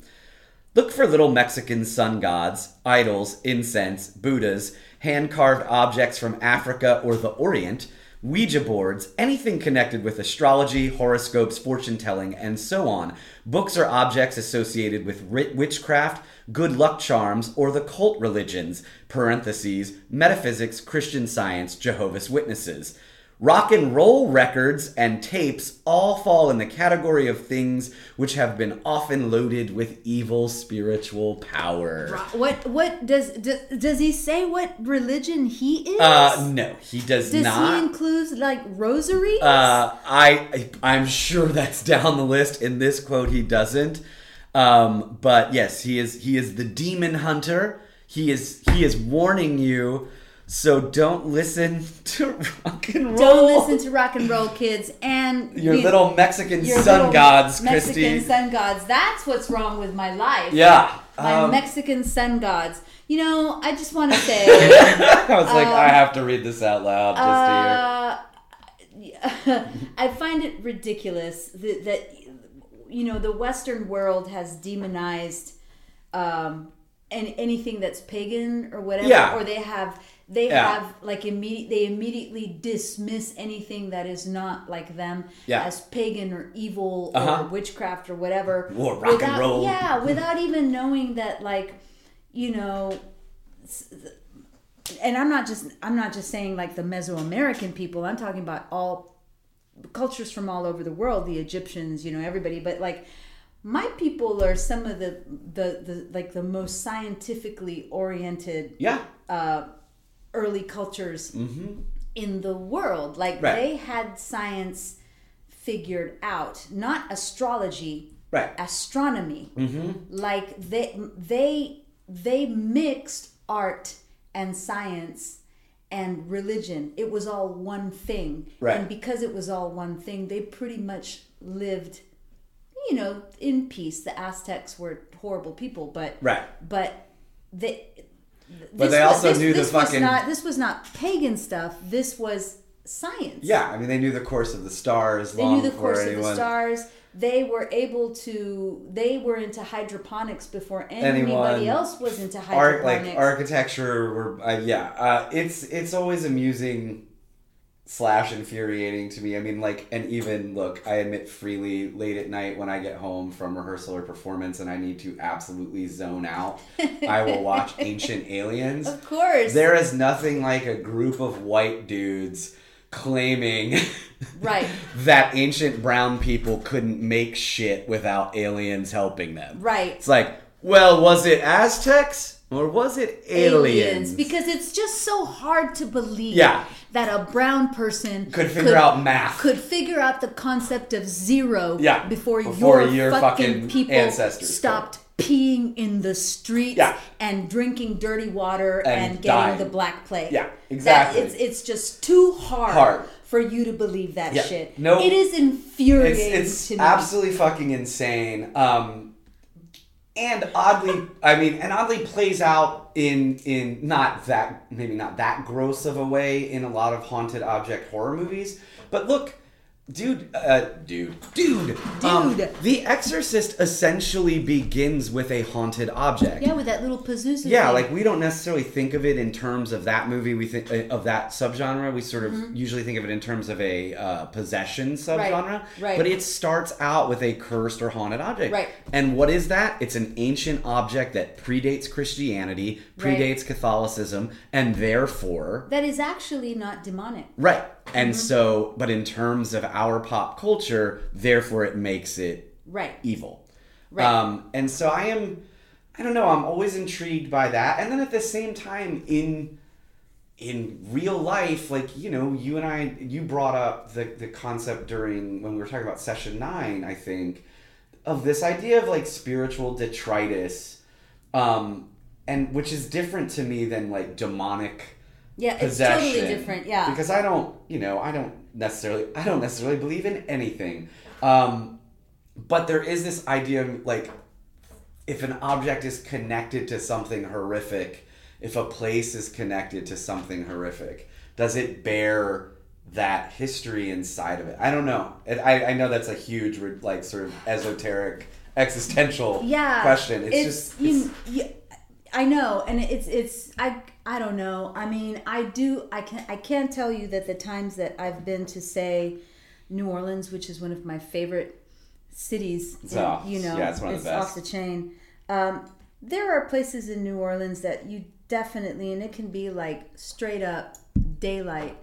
S2: Look for little Mexican sun gods, idols, incense, Buddhas, hand carved objects from Africa or the Orient, Ouija boards, anything connected with astrology, horoscopes, fortune telling, and so on. Books or objects associated with ri- witchcraft, good luck charms, or the cult religions, parentheses, metaphysics, Christian science, Jehovah's Witnesses. Rock and roll records and tapes all fall in the category of things which have been often loaded with evil spiritual power.
S1: What what does, does does he say? What religion he is?
S2: Uh, no, he does,
S1: does
S2: not.
S1: he include like rosaries?
S2: uh, I, I I'm sure that's down the list. In this quote, he doesn't. Um, but yes, he is. He is the demon hunter. He is. He is warning you. So don't listen *laughs* to rock and roll.
S1: don't listen to rock and roll kids and
S2: your
S1: you-
S2: little Mexican
S1: your
S2: sun
S1: little
S2: gods,
S1: Mexican
S2: Christy.
S1: sun gods. That's what's wrong with my life.
S2: Yeah.
S1: My
S2: um,
S1: Mexican sun gods. You know, I just
S2: *laughs*
S1: want to say,
S2: I was like,
S1: Um,
S2: I have to read this out loud just
S1: uh, *laughs* I find it ridiculous that, that you know the Western world has demonized um, and anything that's pagan or whatever,
S2: Yeah.
S1: or they have they
S2: Yeah.
S1: have like immediate they immediately dismiss anything that is not like them
S2: Yeah.
S1: as pagan or evil
S2: Uh-huh.
S1: or witchcraft or whatever
S2: Or rock and
S1: without,
S2: roll.
S1: yeah without even knowing that like you know and I'm not just I'm not just saying like the Mesoamerican people. I'm talking about all cultures from all over the world, the Egyptians, you know, everybody. But like my people are some of the the, the like the most scientifically oriented
S2: to you. Yeah.
S1: early cultures in the world. Like
S2: Mm-hmm. Right.
S1: they had science figured out, not astrology,
S2: Right. Mm-hmm.
S1: astronomy. Like they they they mixed art and science and religion. It was all one thing.
S2: Right.
S1: And because it was all one thing, they pretty much lived, you know, in peace. The Aztecs were horrible people, but
S2: Right.
S1: but they.
S2: But
S1: this
S2: they
S1: was-
S2: also knew the fucking-
S1: Was not, this was not pagan stuff. This was science.
S2: Yeah, I mean, they knew the course of the stars
S1: They
S2: long
S1: knew the
S2: before
S1: course
S2: anyone.
S1: of the stars. They were able to. They were into hydroponics before
S2: Anyone.
S1: anybody else was into
S2: Art
S1: hydroponics.
S2: like architecture, were uh, yeah. Uh, it's it's always amusing slash infuriating to me. I mean, like, and even look, I admit freely, late at night when I get home from rehearsal or performance, and I need to absolutely zone out, I will
S1: *laughs*
S2: watch Ancient Aliens.
S1: of course,
S2: There is nothing like a group of white dudes claiming *laughs*
S1: right,
S2: that ancient brown people couldn't make shit without aliens helping them.
S1: right.
S2: It's like, well, was it Aztecs or was it aliens?
S1: because it's just so hard to believe
S2: Yeah.
S1: that a brown person
S2: could figure out math.
S1: could figure out the concept of zero
S2: Yeah,
S1: before,
S2: before
S1: your,
S2: your
S1: fucking,
S2: fucking
S1: people
S2: ancestors could.
S1: stopped peeing in the streets
S2: Yeah.
S1: and drinking dirty water
S2: And
S1: and, getting
S2: dying.
S1: the black plague.
S2: Yeah,
S1: That-
S2: exactly.
S1: it's it's just too hard,
S2: Hard.
S1: for you to believe that
S2: Yeah.
S1: shit.
S2: No.
S1: it is infuriating
S2: it's,
S1: to me.
S2: it's absolutely fucking insane um and oddly i mean and oddly plays out in in not that maybe not that gross of a way in a lot of haunted object horror movies but look dude uh dude dude um,
S1: Dude.
S2: the exorcist essentially begins with a haunted object
S1: yeah, with that little Pazuzu.
S2: yeah,
S1: thing.
S2: like we don't necessarily think of it in terms of that movie. We think uh, of that subgenre. We sort of
S1: Mm-hmm.
S2: usually think of it in terms of a uh, possession subgenre.
S1: right.
S2: But it starts out with a cursed or haunted object.
S1: Right.
S2: And what is that? It's an ancient object that predates Christianity,
S1: Right.
S2: predates Catholicism, and therefore
S1: that is actually not demonic.
S2: right.
S1: Mm-hmm.
S2: And so, but in terms of our pop culture, therefore it makes it
S1: Right.
S2: evil.
S1: Right.
S2: Um, and so I am, I don't know, I'm always intrigued by that. And then at the same time, in in real life, like you know, you and I, you brought up the the concept during when we were talking about session nine, I think, of this idea of like spiritual detritus, um, and which is different to me than like demonic
S1: Yeah, it's
S2: possession.
S1: totally different. Yeah.
S2: Because I don't, you know, I don't necessarily, I don't necessarily believe in anything. Um, but there is this idea of like, if an object is connected to something horrific, if a place is connected to something horrific, does it bear that history inside of it? I don't know. It, I, I know that's a huge, like, sort of esoteric, existential
S1: yeah
S2: question. It's, just,
S1: you,
S2: it's-
S1: you- i know and it's it's i i don't know i mean i do i can i can tell you that the times that i've been to say new orleans which is one of my favorite cities in-
S2: off.
S1: you know
S2: Yeah, it's one of the
S1: off
S2: best.
S1: the chain um, there are places in new orleans that you definitely and it can be like straight up daylight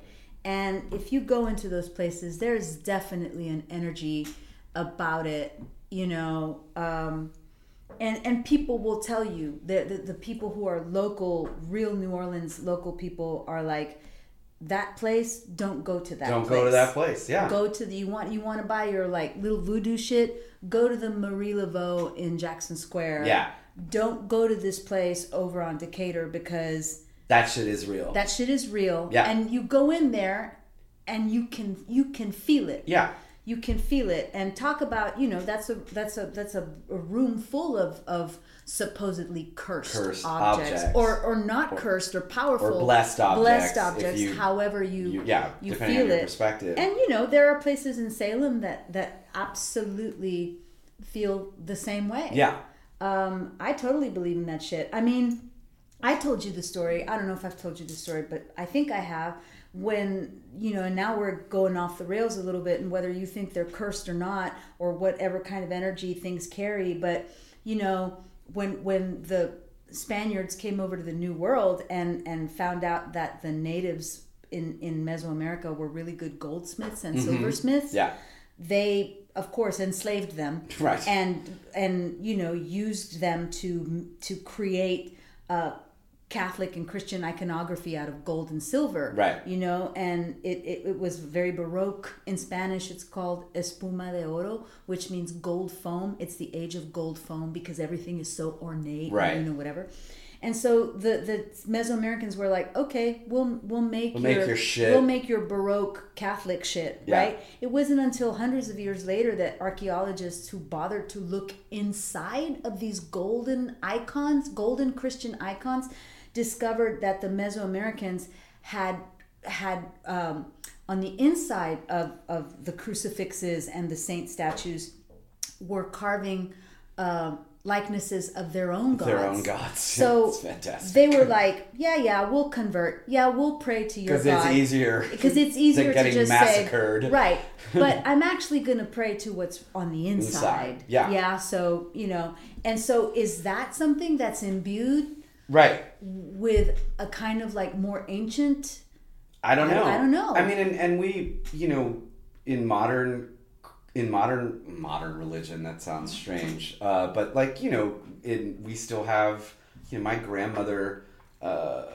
S1: and if you go into those places there's definitely an energy about it you know um, and and people will tell you the, the the people who are local real new orleans local people are like that place don't go to that
S2: don't
S1: place.
S2: go to that place. Yeah.
S1: go to the you want you want to buy your like little voodoo shit go to the marie laveau in jackson square
S2: Yeah.
S1: don't go to this place over on decatur because
S2: that shit is real.
S1: that shit is real
S2: Yeah.
S1: and you go in there and you can you can feel it
S2: yeah.
S1: you can feel it and talk about you know that's a that's a that's a, a room full of of supposedly cursed,
S2: Cursed
S1: objects,
S2: objects.
S1: or or not cursed or powerful
S2: blessed objects,
S1: blessed
S2: if
S1: objects
S2: you-
S1: however you,
S2: you- yeah,
S1: you
S2: depending
S1: feel
S2: on your
S1: it
S2: perspective.
S1: and you know there are places in salem that that absolutely feel the same way
S2: Yeah.
S1: um, I totally believe in that shit. I mean, I told you the story. I don't know if I've told you the story, but I think I have. When, you know, and now we're going off the rails a little bit, and whether you think they're cursed or not, or whatever kind of energy things carry, but, you know, when, when the Spaniards came over to the New World and, and found out that the natives in, in Mesoamerica were really good goldsmiths and silversmiths,
S2: Yeah.
S1: they of course enslaved them
S2: Right.
S1: and and you know used them to to create uh, Catholic and Christian iconography out of gold and silver.
S2: Right.
S1: You know, and it, it, it was very Baroque. In Spanish, it's called espuma de oro, which means gold foam. It's the age of gold foam because everything is so ornate, and,
S2: Right.
S1: you know, whatever. And so the, the Mesoamericans were like, okay, we'll we'll make,
S2: We'll make your shit.
S1: We'll make your Baroque Catholic shit,
S2: Yeah.
S1: right? It wasn't until hundreds of years later that archaeologists who bothered to look inside of these golden icons, golden Christian icons, discovered that the Mesoamericans had had um, on the inside of, of the crucifixes and the saint statues were carving um likenesses of their own gods.
S2: Their own gods. *laughs*
S1: So
S2: It's fantastic.
S1: They were like, yeah, yeah, we'll convert. Yeah, we'll pray to
S2: *laughs*
S1: your
S2: Because
S1: god
S2: it's easier.
S1: because it's easier to
S2: getting
S1: just say
S2: massacred. *laughs*
S1: right but i'm actually going to pray to what's on the inside.
S2: Inside, yeah.
S1: yeah so you know and so is that something that's imbued
S2: Right.
S1: with a kind of like more ancient
S2: I don't know.
S1: I don't know.
S2: I mean, and, and we, you know, in modern, in modern modern religion, that sounds strange. Uh, but like you know, in we still have, you know, my grandmother, uh,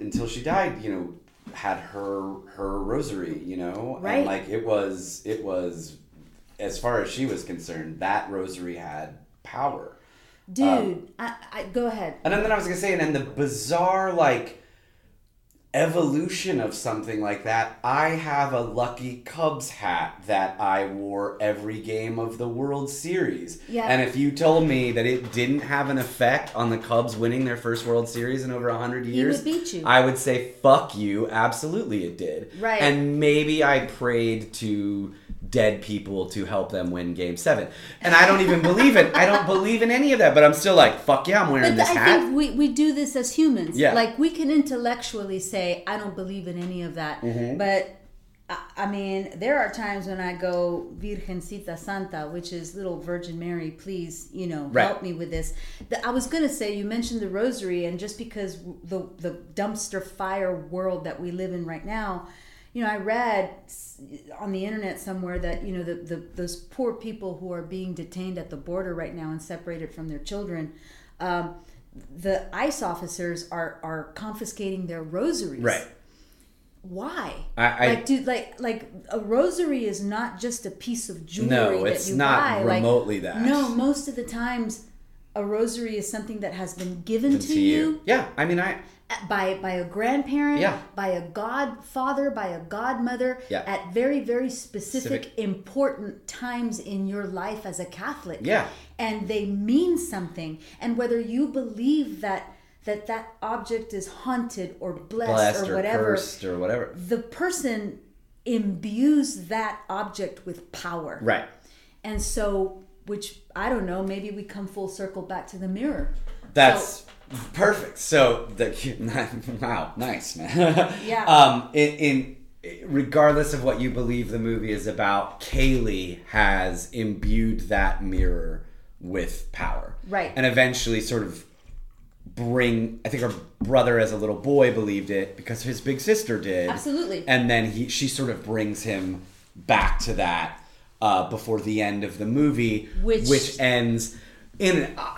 S2: until she died, you know, had her her rosary, you know,
S1: Right.
S2: and like it was it was, as far as she was concerned, that rosary had power.
S1: dude
S2: Um,
S1: I, I go ahead
S2: And then I was gonna say, and then the bizarre like evolution of something like that. I have a lucky Cubs hat that I wore every game of the World Series.
S1: Yeah.
S2: And if you told me that it didn't have an effect on the Cubs winning their first World Series in over hundred years,
S1: beat you.
S2: I would say, "Fuck you!" Absolutely, it did.
S1: Right.
S2: And maybe I prayed to dead people to help them win Game Seven, and I don't even believe it. I don't believe in any of that, but I'm still like, "Fuck yeah, I'm wearing
S1: but
S2: this
S1: I
S2: hat."
S1: think we, we do this as humans.
S2: Yeah.
S1: Like, we can intellectually say, I don't believe in any of that.
S2: Mm-hmm.
S1: But, I, I mean, there are times when I go, Virgencita Santa, which is little Virgin Mary, please, you know,
S2: Right.
S1: help me with this. The, I was going to say, you mentioned the rosary, and just because the, the dumpster fire world that we live in right now, you know, I read s- on the internet somewhere that you know the, the those poor people who are being detained at the border right now and separated from their children, um, the ICE officers are are confiscating their rosaries.
S2: Right.
S1: Why?
S2: I- I-
S1: like, dude, like, like a rosary is not just a piece of jewelry.
S2: No,
S1: that
S2: it's
S1: you
S2: not
S1: buy. like-
S2: remotely that.
S1: No, most of the times, a rosary is something that has been given to,
S2: to
S1: you,
S2: you. Yeah, I mean, I
S1: by by a grandparent,
S2: Yeah.
S1: by a godfather, by a godmother,
S2: Yeah.
S1: at very very specific,
S2: Specific.
S1: important times in your life as a Catholic.
S2: Yeah.
S1: and they mean something. And whether you believe that that that object is haunted or blessed,
S2: blessed
S1: or,
S2: or,
S1: whatever,
S2: cursed or whatever.
S1: the person imbues that object with power.
S2: Right.
S1: And so, which I don't know, maybe we come full circle back to the mirror.
S2: That's perfect. So the *laughs* wow, nice man. *laughs*
S1: Yeah.
S2: Um, in, in regardless of what you believe the movie is about, Kaylee has imbued that mirror with power.
S1: Right.
S2: And eventually, sort of bring. I think her brother, as a little boy, believed it because his big sister did.
S1: Absolutely.
S2: And then he, she sort of brings him back to that uh, before the end of the movie,
S1: Which-
S2: which ends in. Uh,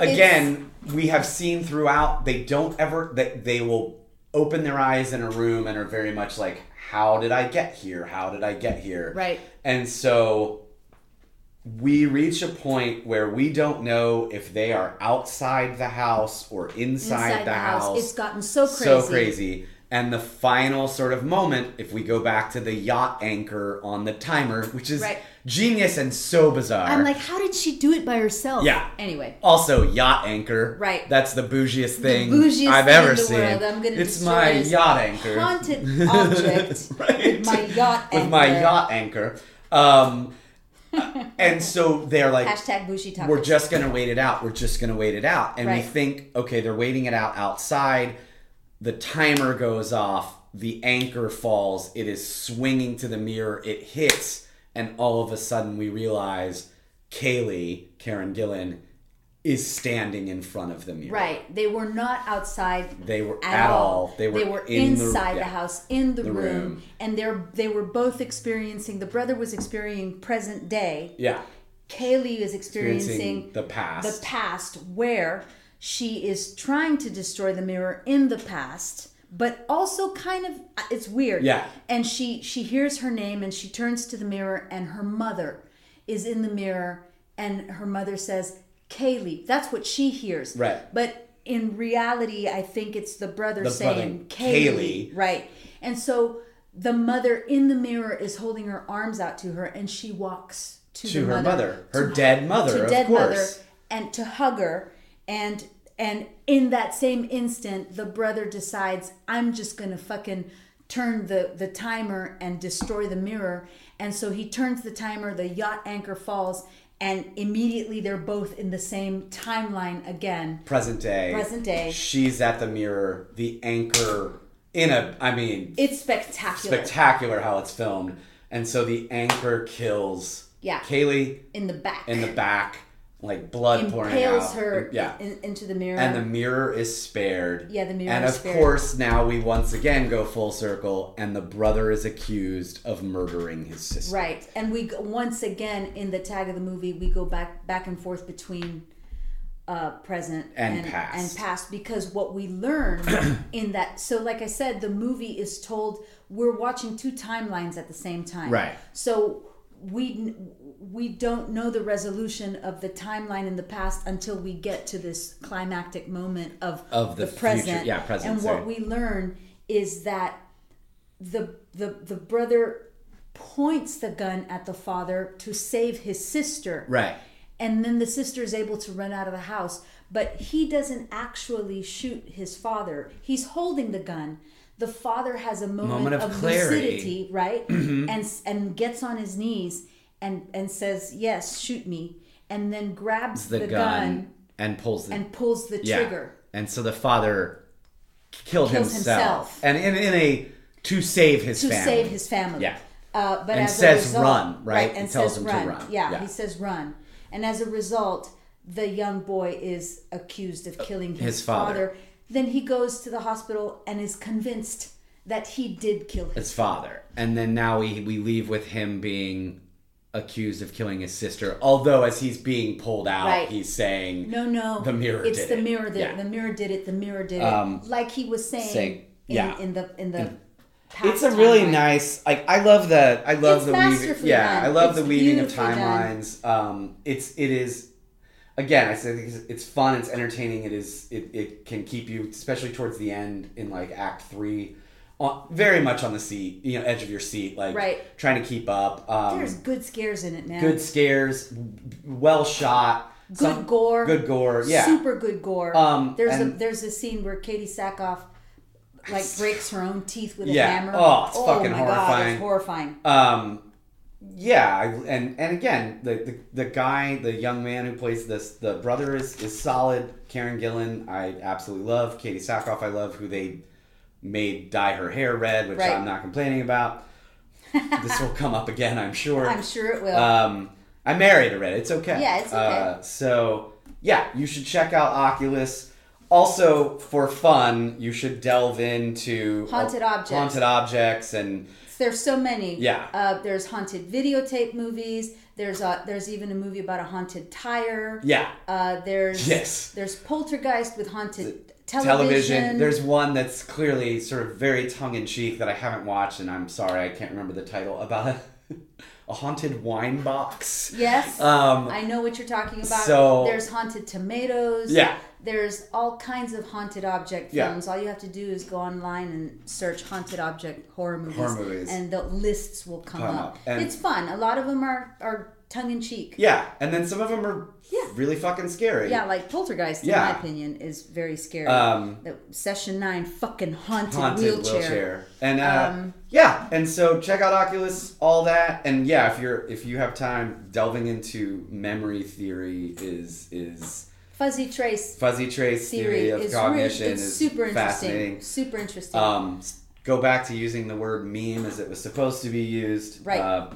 S2: again, we have seen throughout they don't ever they, they will open their eyes in a room and are very much like, how did I get here? How did I get here?
S1: Right.
S2: And so we reach a point where we don't know if they are outside the house or inside, the, house.
S1: It's gotten so crazy.
S2: So crazy. And the final sort of moment, if we go back to the yacht anchor on the timer, which is
S1: Right.
S2: genius and so bizarre.
S1: I'm like, how did she do it by herself?
S2: Yeah.
S1: Anyway.
S2: Also, yacht anchor.
S1: Right.
S2: That's the bougiest thing
S1: bougiest
S2: I've
S1: thing
S2: ever
S1: in the
S2: seen.
S1: world. I'm gonna
S2: it's
S1: destroy
S2: my
S1: this
S2: yacht anchor.
S1: Haunted
S2: *laughs*
S1: object
S2: Right?
S1: with my yacht
S2: With my
S1: anchor.
S2: yacht anchor.
S1: *laughs*
S2: Um, and so they're like,
S1: Hashtag bushy tacos.
S2: we're just gonna wait it out. We're just gonna wait it out. And we
S1: Right.
S2: think, okay, they're waiting it out outside. The timer goes off. The anchor falls. It is swinging to the mirror. It hits, and all of a sudden we realize Kaylee Karen Gillan is standing in front of the mirror.
S1: Right. They were not outside.
S2: They were
S1: at,
S2: at
S1: all.
S2: all. They were in the-
S1: inside the,
S2: yeah.
S1: house, in the, room,
S2: room.
S1: and they're they were both experiencing. The brother was experiencing present day.
S2: Yeah.
S1: Kaylee is experiencing,
S2: Experiencing the past.
S1: the past where she is trying to destroy the mirror in the past but also kind of uh, it's weird
S2: Yeah.
S1: and she she hears her name and she turns to the mirror and her mother is in the mirror and her mother says kaylee that's what she hears
S2: Right.
S1: but in reality i think it's the brother
S2: The brother,
S1: saying
S2: "Kaylee."
S1: kaylee right and so the mother in the mirror is holding her arms out to her and she walks to,
S2: To
S1: the mother,
S2: her mother, her
S1: to-
S2: dead mother,
S1: to
S2: of
S1: dead
S2: course.
S1: mother and to hug her and and in that same instant the brother decides i'm just gonna fucking turn the the timer and destroy the mirror and so he turns the timer the yacht anchor falls and immediately they're both in the same timeline again
S2: Present day.
S1: Present day.
S2: She's at the mirror, the anchor in a I mean
S1: it's spectacular
S2: spectacular how it's filmed. And so the anchor kills
S1: Yeah.
S2: Kaylee
S1: in the back
S2: in the back, like blood pouring out.
S1: impales her
S2: yeah.
S1: in- into the mirror
S2: and the mirror is spared.
S1: Yeah, the mirror
S2: And
S1: is
S2: of
S1: spared.
S2: course, now we once again go full circle, and the brother is accused of murdering his sister.
S1: Right, and we go- once again in the tag of the movie we go back back and forth between uh, present
S2: And past.
S1: and past because what we
S2: *coughs*
S1: learn in that so like I said the movie is told we're watching two timelines at the same time
S2: Right.
S1: so we n- we don't know the resolution of the timeline in the past until we get to this climactic moment of
S2: Of the future-
S1: present
S2: yeah, present,
S1: and
S2: sorry.
S1: what we learn is that the the the brother points the gun at the father to save his sister.
S2: Right.
S1: And then the sister is able to run out of the house, but he doesn't actually shoot his father. He's holding the gun. The father has a moment,
S2: Moment of
S1: of,
S2: clarity. Mm-hmm.
S1: lucidity, right? and and gets on his knees and and says, "Yes, shoot me." And then grabs
S2: The,
S1: the,
S2: gun,
S1: gun
S2: and pulls the
S1: and pulls the
S2: yeah.
S1: trigger.
S2: And so the father killed
S1: Kills
S2: himself,
S1: himself.
S2: and in, in a to save his
S1: to
S2: family.
S1: save his family.
S2: Yeah.
S1: Uh, but
S2: And
S1: as
S2: says
S1: a result,
S2: run, right?
S1: And
S2: He tells
S1: says
S2: him to
S1: run.
S2: run.
S1: Yeah,
S2: Yeah.
S1: he says run. And as a result, the young boy is accused of killing his,
S2: Uh, his father.
S1: Then he goes to the hospital and is convinced that he did kill him.
S2: his father, and then now we we leave with him being accused of killing his sister. Although as he's being pulled out,
S1: Right.
S2: he's saying
S1: No, no.
S2: The mirror
S1: It's
S2: did
S1: the
S2: it.
S1: mirror that
S2: Yeah. Um,
S1: the mirror did it. The mirror did it. like he was saying,
S2: saying-
S1: in,
S2: yeah.
S1: in the in the.
S2: It's
S1: past
S2: a really
S1: timeline.
S2: nice. Like I love the I love
S1: It's
S2: the weaving.
S1: masterfully
S2: Yeah,
S1: done.
S2: I love
S1: It's
S2: the weaving of
S1: beautifully done.
S2: timelines. Um, it's it is. Again, I said it's, it's fun. It's entertaining. It is. It, it can keep you, especially towards the end in like Act Three, on, very much on the seat, you know, edge of your seat, like
S1: Right.
S2: trying to keep up. Um,
S1: There's good scares in it, man.
S2: good scares, well shot,
S1: Good gore.
S2: good gore. Yeah,
S1: super good gore.
S2: Um,
S1: there's a
S2: and-
S1: there's a scene where Katie Sackhoff like breaks her own teeth with
S2: Yeah.
S1: a hammer.
S2: Oh, it's fucking
S1: my God,
S2: horrifying.
S1: it's horrifying.
S2: Um, yeah, I, and and again, the, the the guy, the young man who plays this, the brother is is solid. Karen Gillan, I absolutely love. Katie Sackhoff, I love. Who they made dye her hair red, which
S1: Right.
S2: I'm not
S1: *laughs*
S2: complaining about. this will come up again, I'm sure.
S1: I'm sure it will.
S2: Um, I married a red. It's okay.
S1: Yeah, it's okay.
S2: Uh, so yeah, you should check out Oculus. Also, for fun, you should delve into
S1: Haunted objects.
S2: haunted objects, and
S1: there's so many.
S2: yeah.
S1: Uh, there's haunted videotape movies. There's a, there's even a movie about a haunted tire.
S2: yeah,
S1: Uh, there's
S2: Yes.
S1: There's poltergeist with haunted
S2: television.
S1: television.
S2: There's one that's clearly sort of very tongue in cheek that I haven't watched, and I'm sorry I can't remember the title about *laughs* a, a haunted wine box.
S1: yes.
S2: Um,
S1: I know what you're talking about.
S2: So-
S1: there's haunted tomatoes.
S2: Yeah.
S1: There's all kinds of haunted object
S2: Yeah.
S1: films. All you have to do is go online and search haunted object horror movies,
S2: Horror movies.
S1: and the lists will come,
S2: Come
S1: up.
S2: up. And-
S1: it's fun. A lot of them are are tongue in cheek.
S2: yeah, and then some of them are
S1: Yeah.
S2: really fucking scary.
S1: Yeah, like Poltergeist, in
S2: Yeah.
S1: my opinion, is very scary.
S2: Um,
S1: The Session Nine, fucking haunted,
S2: haunted wheelchair,
S1: wheelchair.
S2: and uh,
S1: Um,
S2: yeah and so check out oculus all that and yeah if you're if you have time delving into memory theory is is
S1: Fuzzy Trace
S2: fuzzy trace theory,
S1: theory
S2: of
S1: is really it's
S2: cognition is
S1: super
S2: fascinating
S1: interesting. Super interesting.
S2: um s- go back to using the word meme as it was supposed to be used
S1: Right.
S2: uh,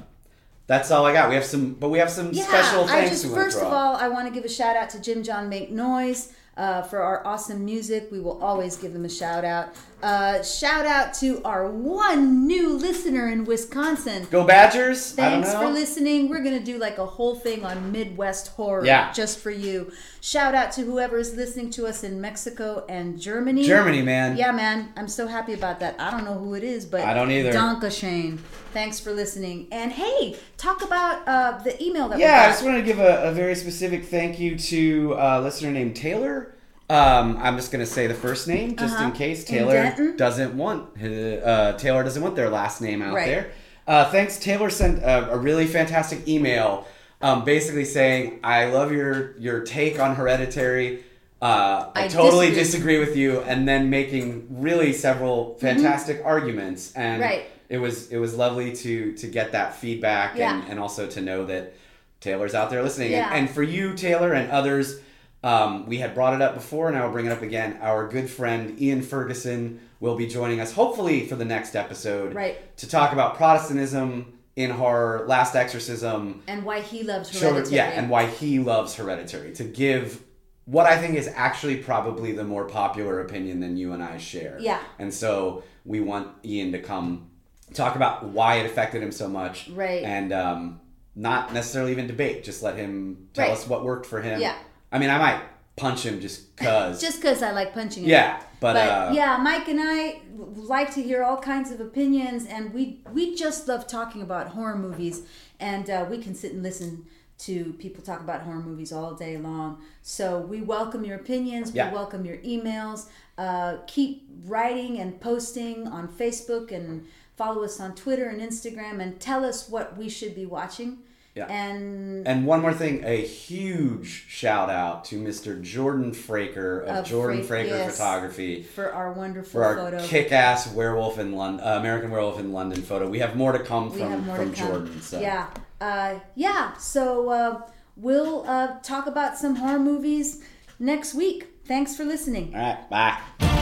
S2: that's all i got we have some but we have some special
S1: I
S2: thanks
S1: just,
S2: we wanna
S1: First
S2: throw
S1: of
S2: out.
S1: all, I want to give a shout out to Jim John Make Noise. uh, for our awesome music. We will always give them a shout out. Uh, shout out to our one new listener in Wisconsin.
S2: Go Badgers!
S1: Thanks
S2: I
S1: for
S2: don't know.
S1: listening. We're going to do like a whole thing on Midwest horror
S2: Yeah.
S1: just for you. Shout out to whoever is listening to us in Mexico and Germany.
S2: Germany, man.
S1: Yeah, man. I'm so happy about that. I don't know who it is, but
S2: I don't either.
S1: Donka Shane. Thanks for listening. And hey, talk about uh, the email that
S2: Yeah, I
S1: we
S2: just
S1: got.
S2: wanted to give a, a very specific thank you to uh, a listener named Taylor. Um, I'm just gonna say the first name just in case Taylor
S1: Uh-huh. Denton?
S2: doesn't want hi- uh, Taylor doesn't want their last name out
S1: Right.
S2: there. Uh, thanks, Taylor sent a, a really fantastic email, um, basically saying I love your your take on Hereditary. Uh, I,
S1: I disagree.
S2: totally
S1: Mm-hmm.
S2: disagree. with you, and then making really several fantastic arguments. And
S1: Right.
S2: it was it was lovely to to get that feedback
S1: Yeah.
S2: and, and also to know that Taylor's out there listening.
S1: Yeah.
S2: And, and for you, Taylor, and others, um, we had brought it up before, and I will bring it up again. Our good friend Ian Ferguson will be joining us, hopefully, for the next episode,
S1: Right.
S2: To talk about Protestantism in horror, Last Exorcism,
S1: and why he loves
S2: Children-
S1: hereditary.
S2: yeah, and why he loves Hereditary to give what I think is actually probably the more popular opinion than you and I share.
S1: Yeah.
S2: and so we want Ian to come talk about why it affected him so much,
S1: Right.
S2: And um, not necessarily even debate, just let him tell
S1: Right.
S2: us what worked for him.
S1: Yeah.
S2: I mean, I might punch him just cause.
S1: just because I like punching him.
S2: *laughs* yeah, but,
S1: But
S2: uh,
S1: yeah, Mike and I like to hear all kinds of opinions, and we we just love talking about horror movies, and uh, we can sit and listen to people talk about horror movies all day long. So we welcome your opinions.
S2: Yeah.
S1: We welcome your emails. Uh, keep writing and posting on Facebook, and follow us on Twitter and Instagram, and tell us what we should be watching.
S2: Yeah.
S1: And
S2: And one more thing, a huge shout out to Mr. Jordan Fraker of,
S1: Of
S2: Jordan
S1: Fra-
S2: Fraker
S1: yes.
S2: Photography.
S1: for our wonderful
S2: for our
S1: photo,
S2: kick-ass werewolf in London, uh, American Werewolf in London photo. We have more to come
S1: we
S2: from
S1: have more
S2: from
S1: to come.
S2: Jordan. So.
S1: Yeah, uh, yeah. So uh, we'll uh, talk about some horror movies next week. Thanks for listening.
S2: All right. Bye.